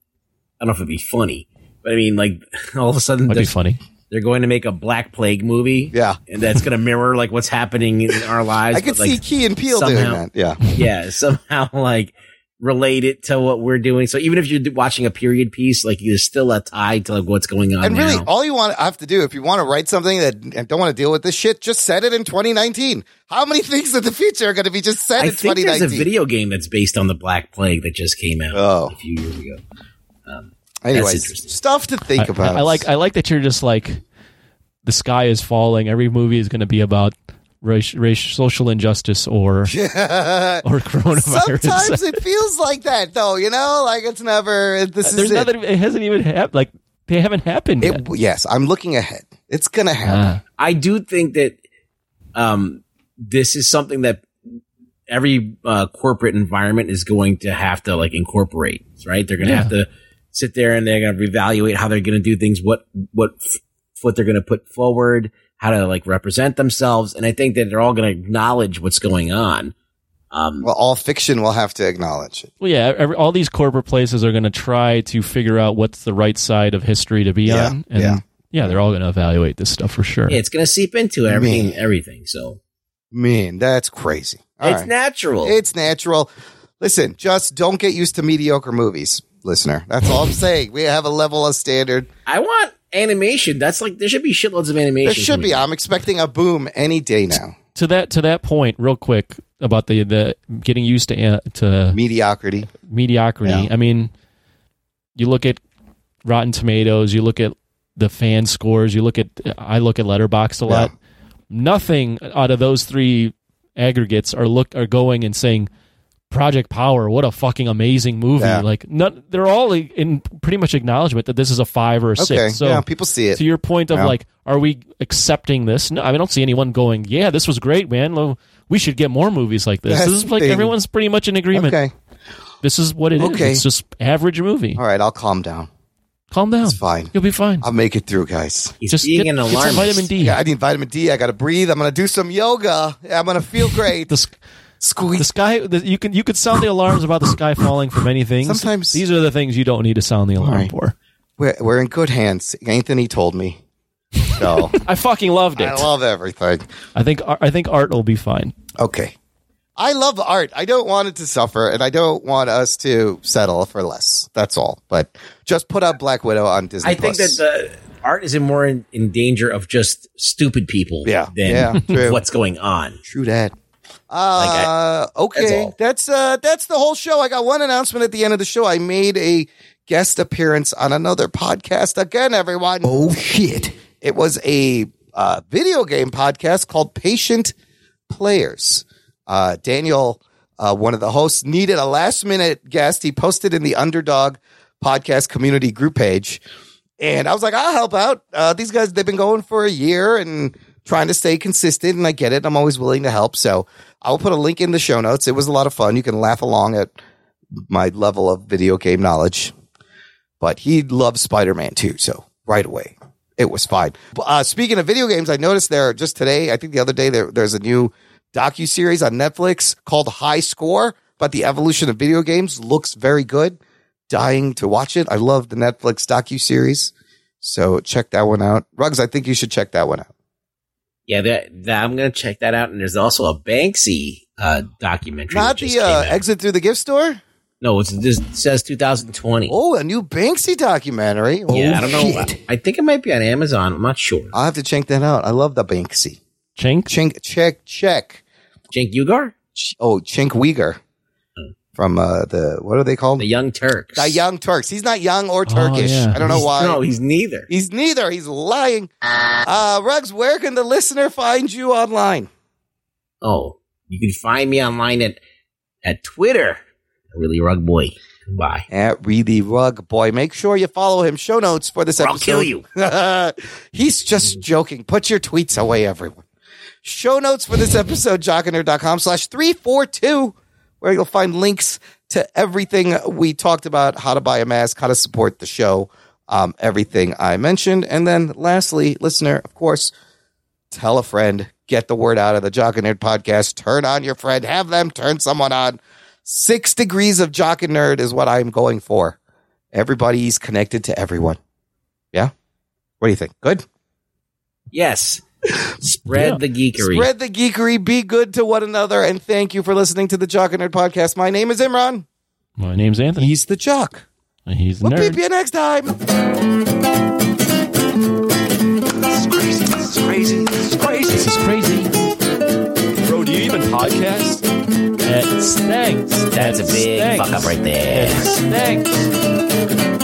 I don't know if it'd be funny, but I mean, like all of a sudden,
Might be
there's-
funny.
They're going to make a Black Plague movie,
yeah,
and that's going to mirror like what's happening in our lives.
I could
but, like,
see Key and Peele doing
somehow-
that. Yeah.
yeah, somehow like relate it to what we're doing. So even if you're watching a period piece, like there's still a tie to like what's going on.
And really,
now.
all you want have to do if you want to write something that and don't want to deal with this shit, just set it in 2019. How many things in the future are going to be just set
I
in
think
2019?
there's a video game that's based on the Black Plague that just came out
Oh.
a few years ago. Um, that's interesting.
Anyways, stuff to think
I-
about.
I, I like I like that you're just like the sky is falling. Every movie is going to be about race, race, social injustice, or or coronavirus.
Sometimes it feels like that, though. You know, like it's never. This is
Uh, There's
it.
nothing. It hasn't even happened. Like they haven't happened. yet. Ah.
Yes, I'm looking ahead. It's gonna happen.
I do think that um, this is something that every uh, corporate environment is going to have to like incorporate, right? They're going to
Yeah.
have to sit there and they're going to reevaluate how they're going to do things, what what f- what they're going to put forward, how to like represent themselves, and I think that they're all going to acknowledge what's going on.
Ah.
Um,
well, all fiction will have to acknowledge it.
Well, yeah. Every, all these corporate places are going to try to figure out what's the right side of history to be
Yeah,
on. And
yeah.
yeah, they're all going to evaluate this stuff for sure.
Yeah, it's going to seep into everything,
Man.
everything. So
Man, that's crazy. All
It's
right.
natural.
It's natural. Listen, just don't get used to mediocre movies, listener. That's all I'm saying. We have a level of standard.
I want animation. That's like there should be shitloads of animation.
There should be. I'm expecting a boom any day now.
to that to that point, real quick about the the getting used to uh, to
mediocrity.
Mediocrity. I mean, you look at Rotten Tomatoes. You look at the fan scores. You look at I look at Letterbox a lot. Nothing out of those three aggregates are look are going and saying Project Power, what a fucking amazing movie!
Yeah.
Like, none, they're all in pretty much acknowledgement that this is a five or a
Okay,
six. So
yeah, people see it.
To your point of
Yeah.
like, are we accepting this? No, I, mean, I don't see anyone going, "Yeah, this was great, man. Lo- We should get more movies like this."
That's
This is like
the thing.
everyone's pretty much in agreement.
Okay.
This is what it is.
Okay.
It's just average movie.
All right, I'll calm down.
Calm down.
It's fine.
You'll be fine.
I'll make it through, guys.
He's Just being get- an
alarm.
get some alarmist. vitamin D.
Yeah, I need vitamin D. I got to breathe. I'm going to do some yoga. I'm going to feel great.
the, The sky. The, you can you could sound the alarms about the sky falling for many things. Sometimes these are the things you don't need to sound the alarm for.
We're, we're in good hands. Anthony told me. So
I fucking loved it.
I love everything.
I think I think art will be fine.
Okay. I love art. I don't want it to suffer, and I don't want us to settle for less. That's all. But just put out Black Widow on Disney.
I think that
Plus.
the art is in more in, in danger of just stupid people yeah,
Yeah,
than
true.
what's going on.
True that. Uh, okay, that's, uh that's the whole show. I got one announcement at the end of the show. I made a guest appearance on another podcast again. Everyone, oh shit! It was a uh, video game podcast called Patient Players. Uh, Daniel, uh, one of the hosts, needed a last minute guest. He posted in the Underdog podcast community group page. And I was like, I'll help out. Uh, these guys, they've been going for a year and trying to stay consistent. And I get it. I'm always willing to help. So I'll put a link in the show notes. It was a lot of fun. You can laugh along at my level of video game knowledge. But he loves Spider Man too. So right away, it was fine. But, Uh, speaking of video games, I noticed there just today, I think the other day, there, there's a new docu series on Netflix called High Score about the evolution of video games. Looks very good. Dying to watch it. I love the Netflix docu series. So check that one out. Ruggs, I think you should check that one out.
Yeah, that, that I'm going to check that out. And there's also a Banksy uh, documentary.
Not
that just
the
came
uh,
out.
exit through the gift store.
no, it's, this says 2020.
Oh, a new Banksy documentary. Oh,
yeah, I don't know.
shit.
I think it might be on Amazon. I'm not sure.
I'll have to check that out. I love the Banksy.
Chink?
Chink, check, check.
Chink Ugar?
Oh, Chink Uyghur. From uh, the, what are they called? The
Young Turks.
The Young Turks. He's not young or
Oh,
Turkish.
yeah.
I don't know
He's-
why.
no, he's neither.
He's neither. He's lying. Uh, Ruggs, where can the listener find you online?
Oh, you can find me online at at Twitter. Really rug boy. Bye.
At Really Rug Boy. Make sure you follow him. Show notes for this
Or I'll
episode.
kill you.
He's just joking. Put your tweets away, everyone. Show notes for this episode, jockiner.com slash 342, where you'll find links to everything we talked about, how to buy a mask, how to support the show, um, everything I mentioned. And then lastly, listener, of course, tell a friend, get the word out of the Jock and Nerd podcast, turn on your friend, have them turn someone on. Six degrees of Jock and Nerd is what I'm going for. Everybody's connected to everyone. Yeah? What do you think? Good?
Yes. Spread the geekery.
Spread the geekery, be good to one another, and thank you for listening to the Jock and Nerd podcast. My name is Imran.
My name's Anthony.
He's the jock.
He's the
We'll
nerd.
peep you next time.
It's crazy. It's crazy. It's crazy. This is crazy. Bro, do you even podcast?
That stinks.
That's a big fuck up right there.
Thanks.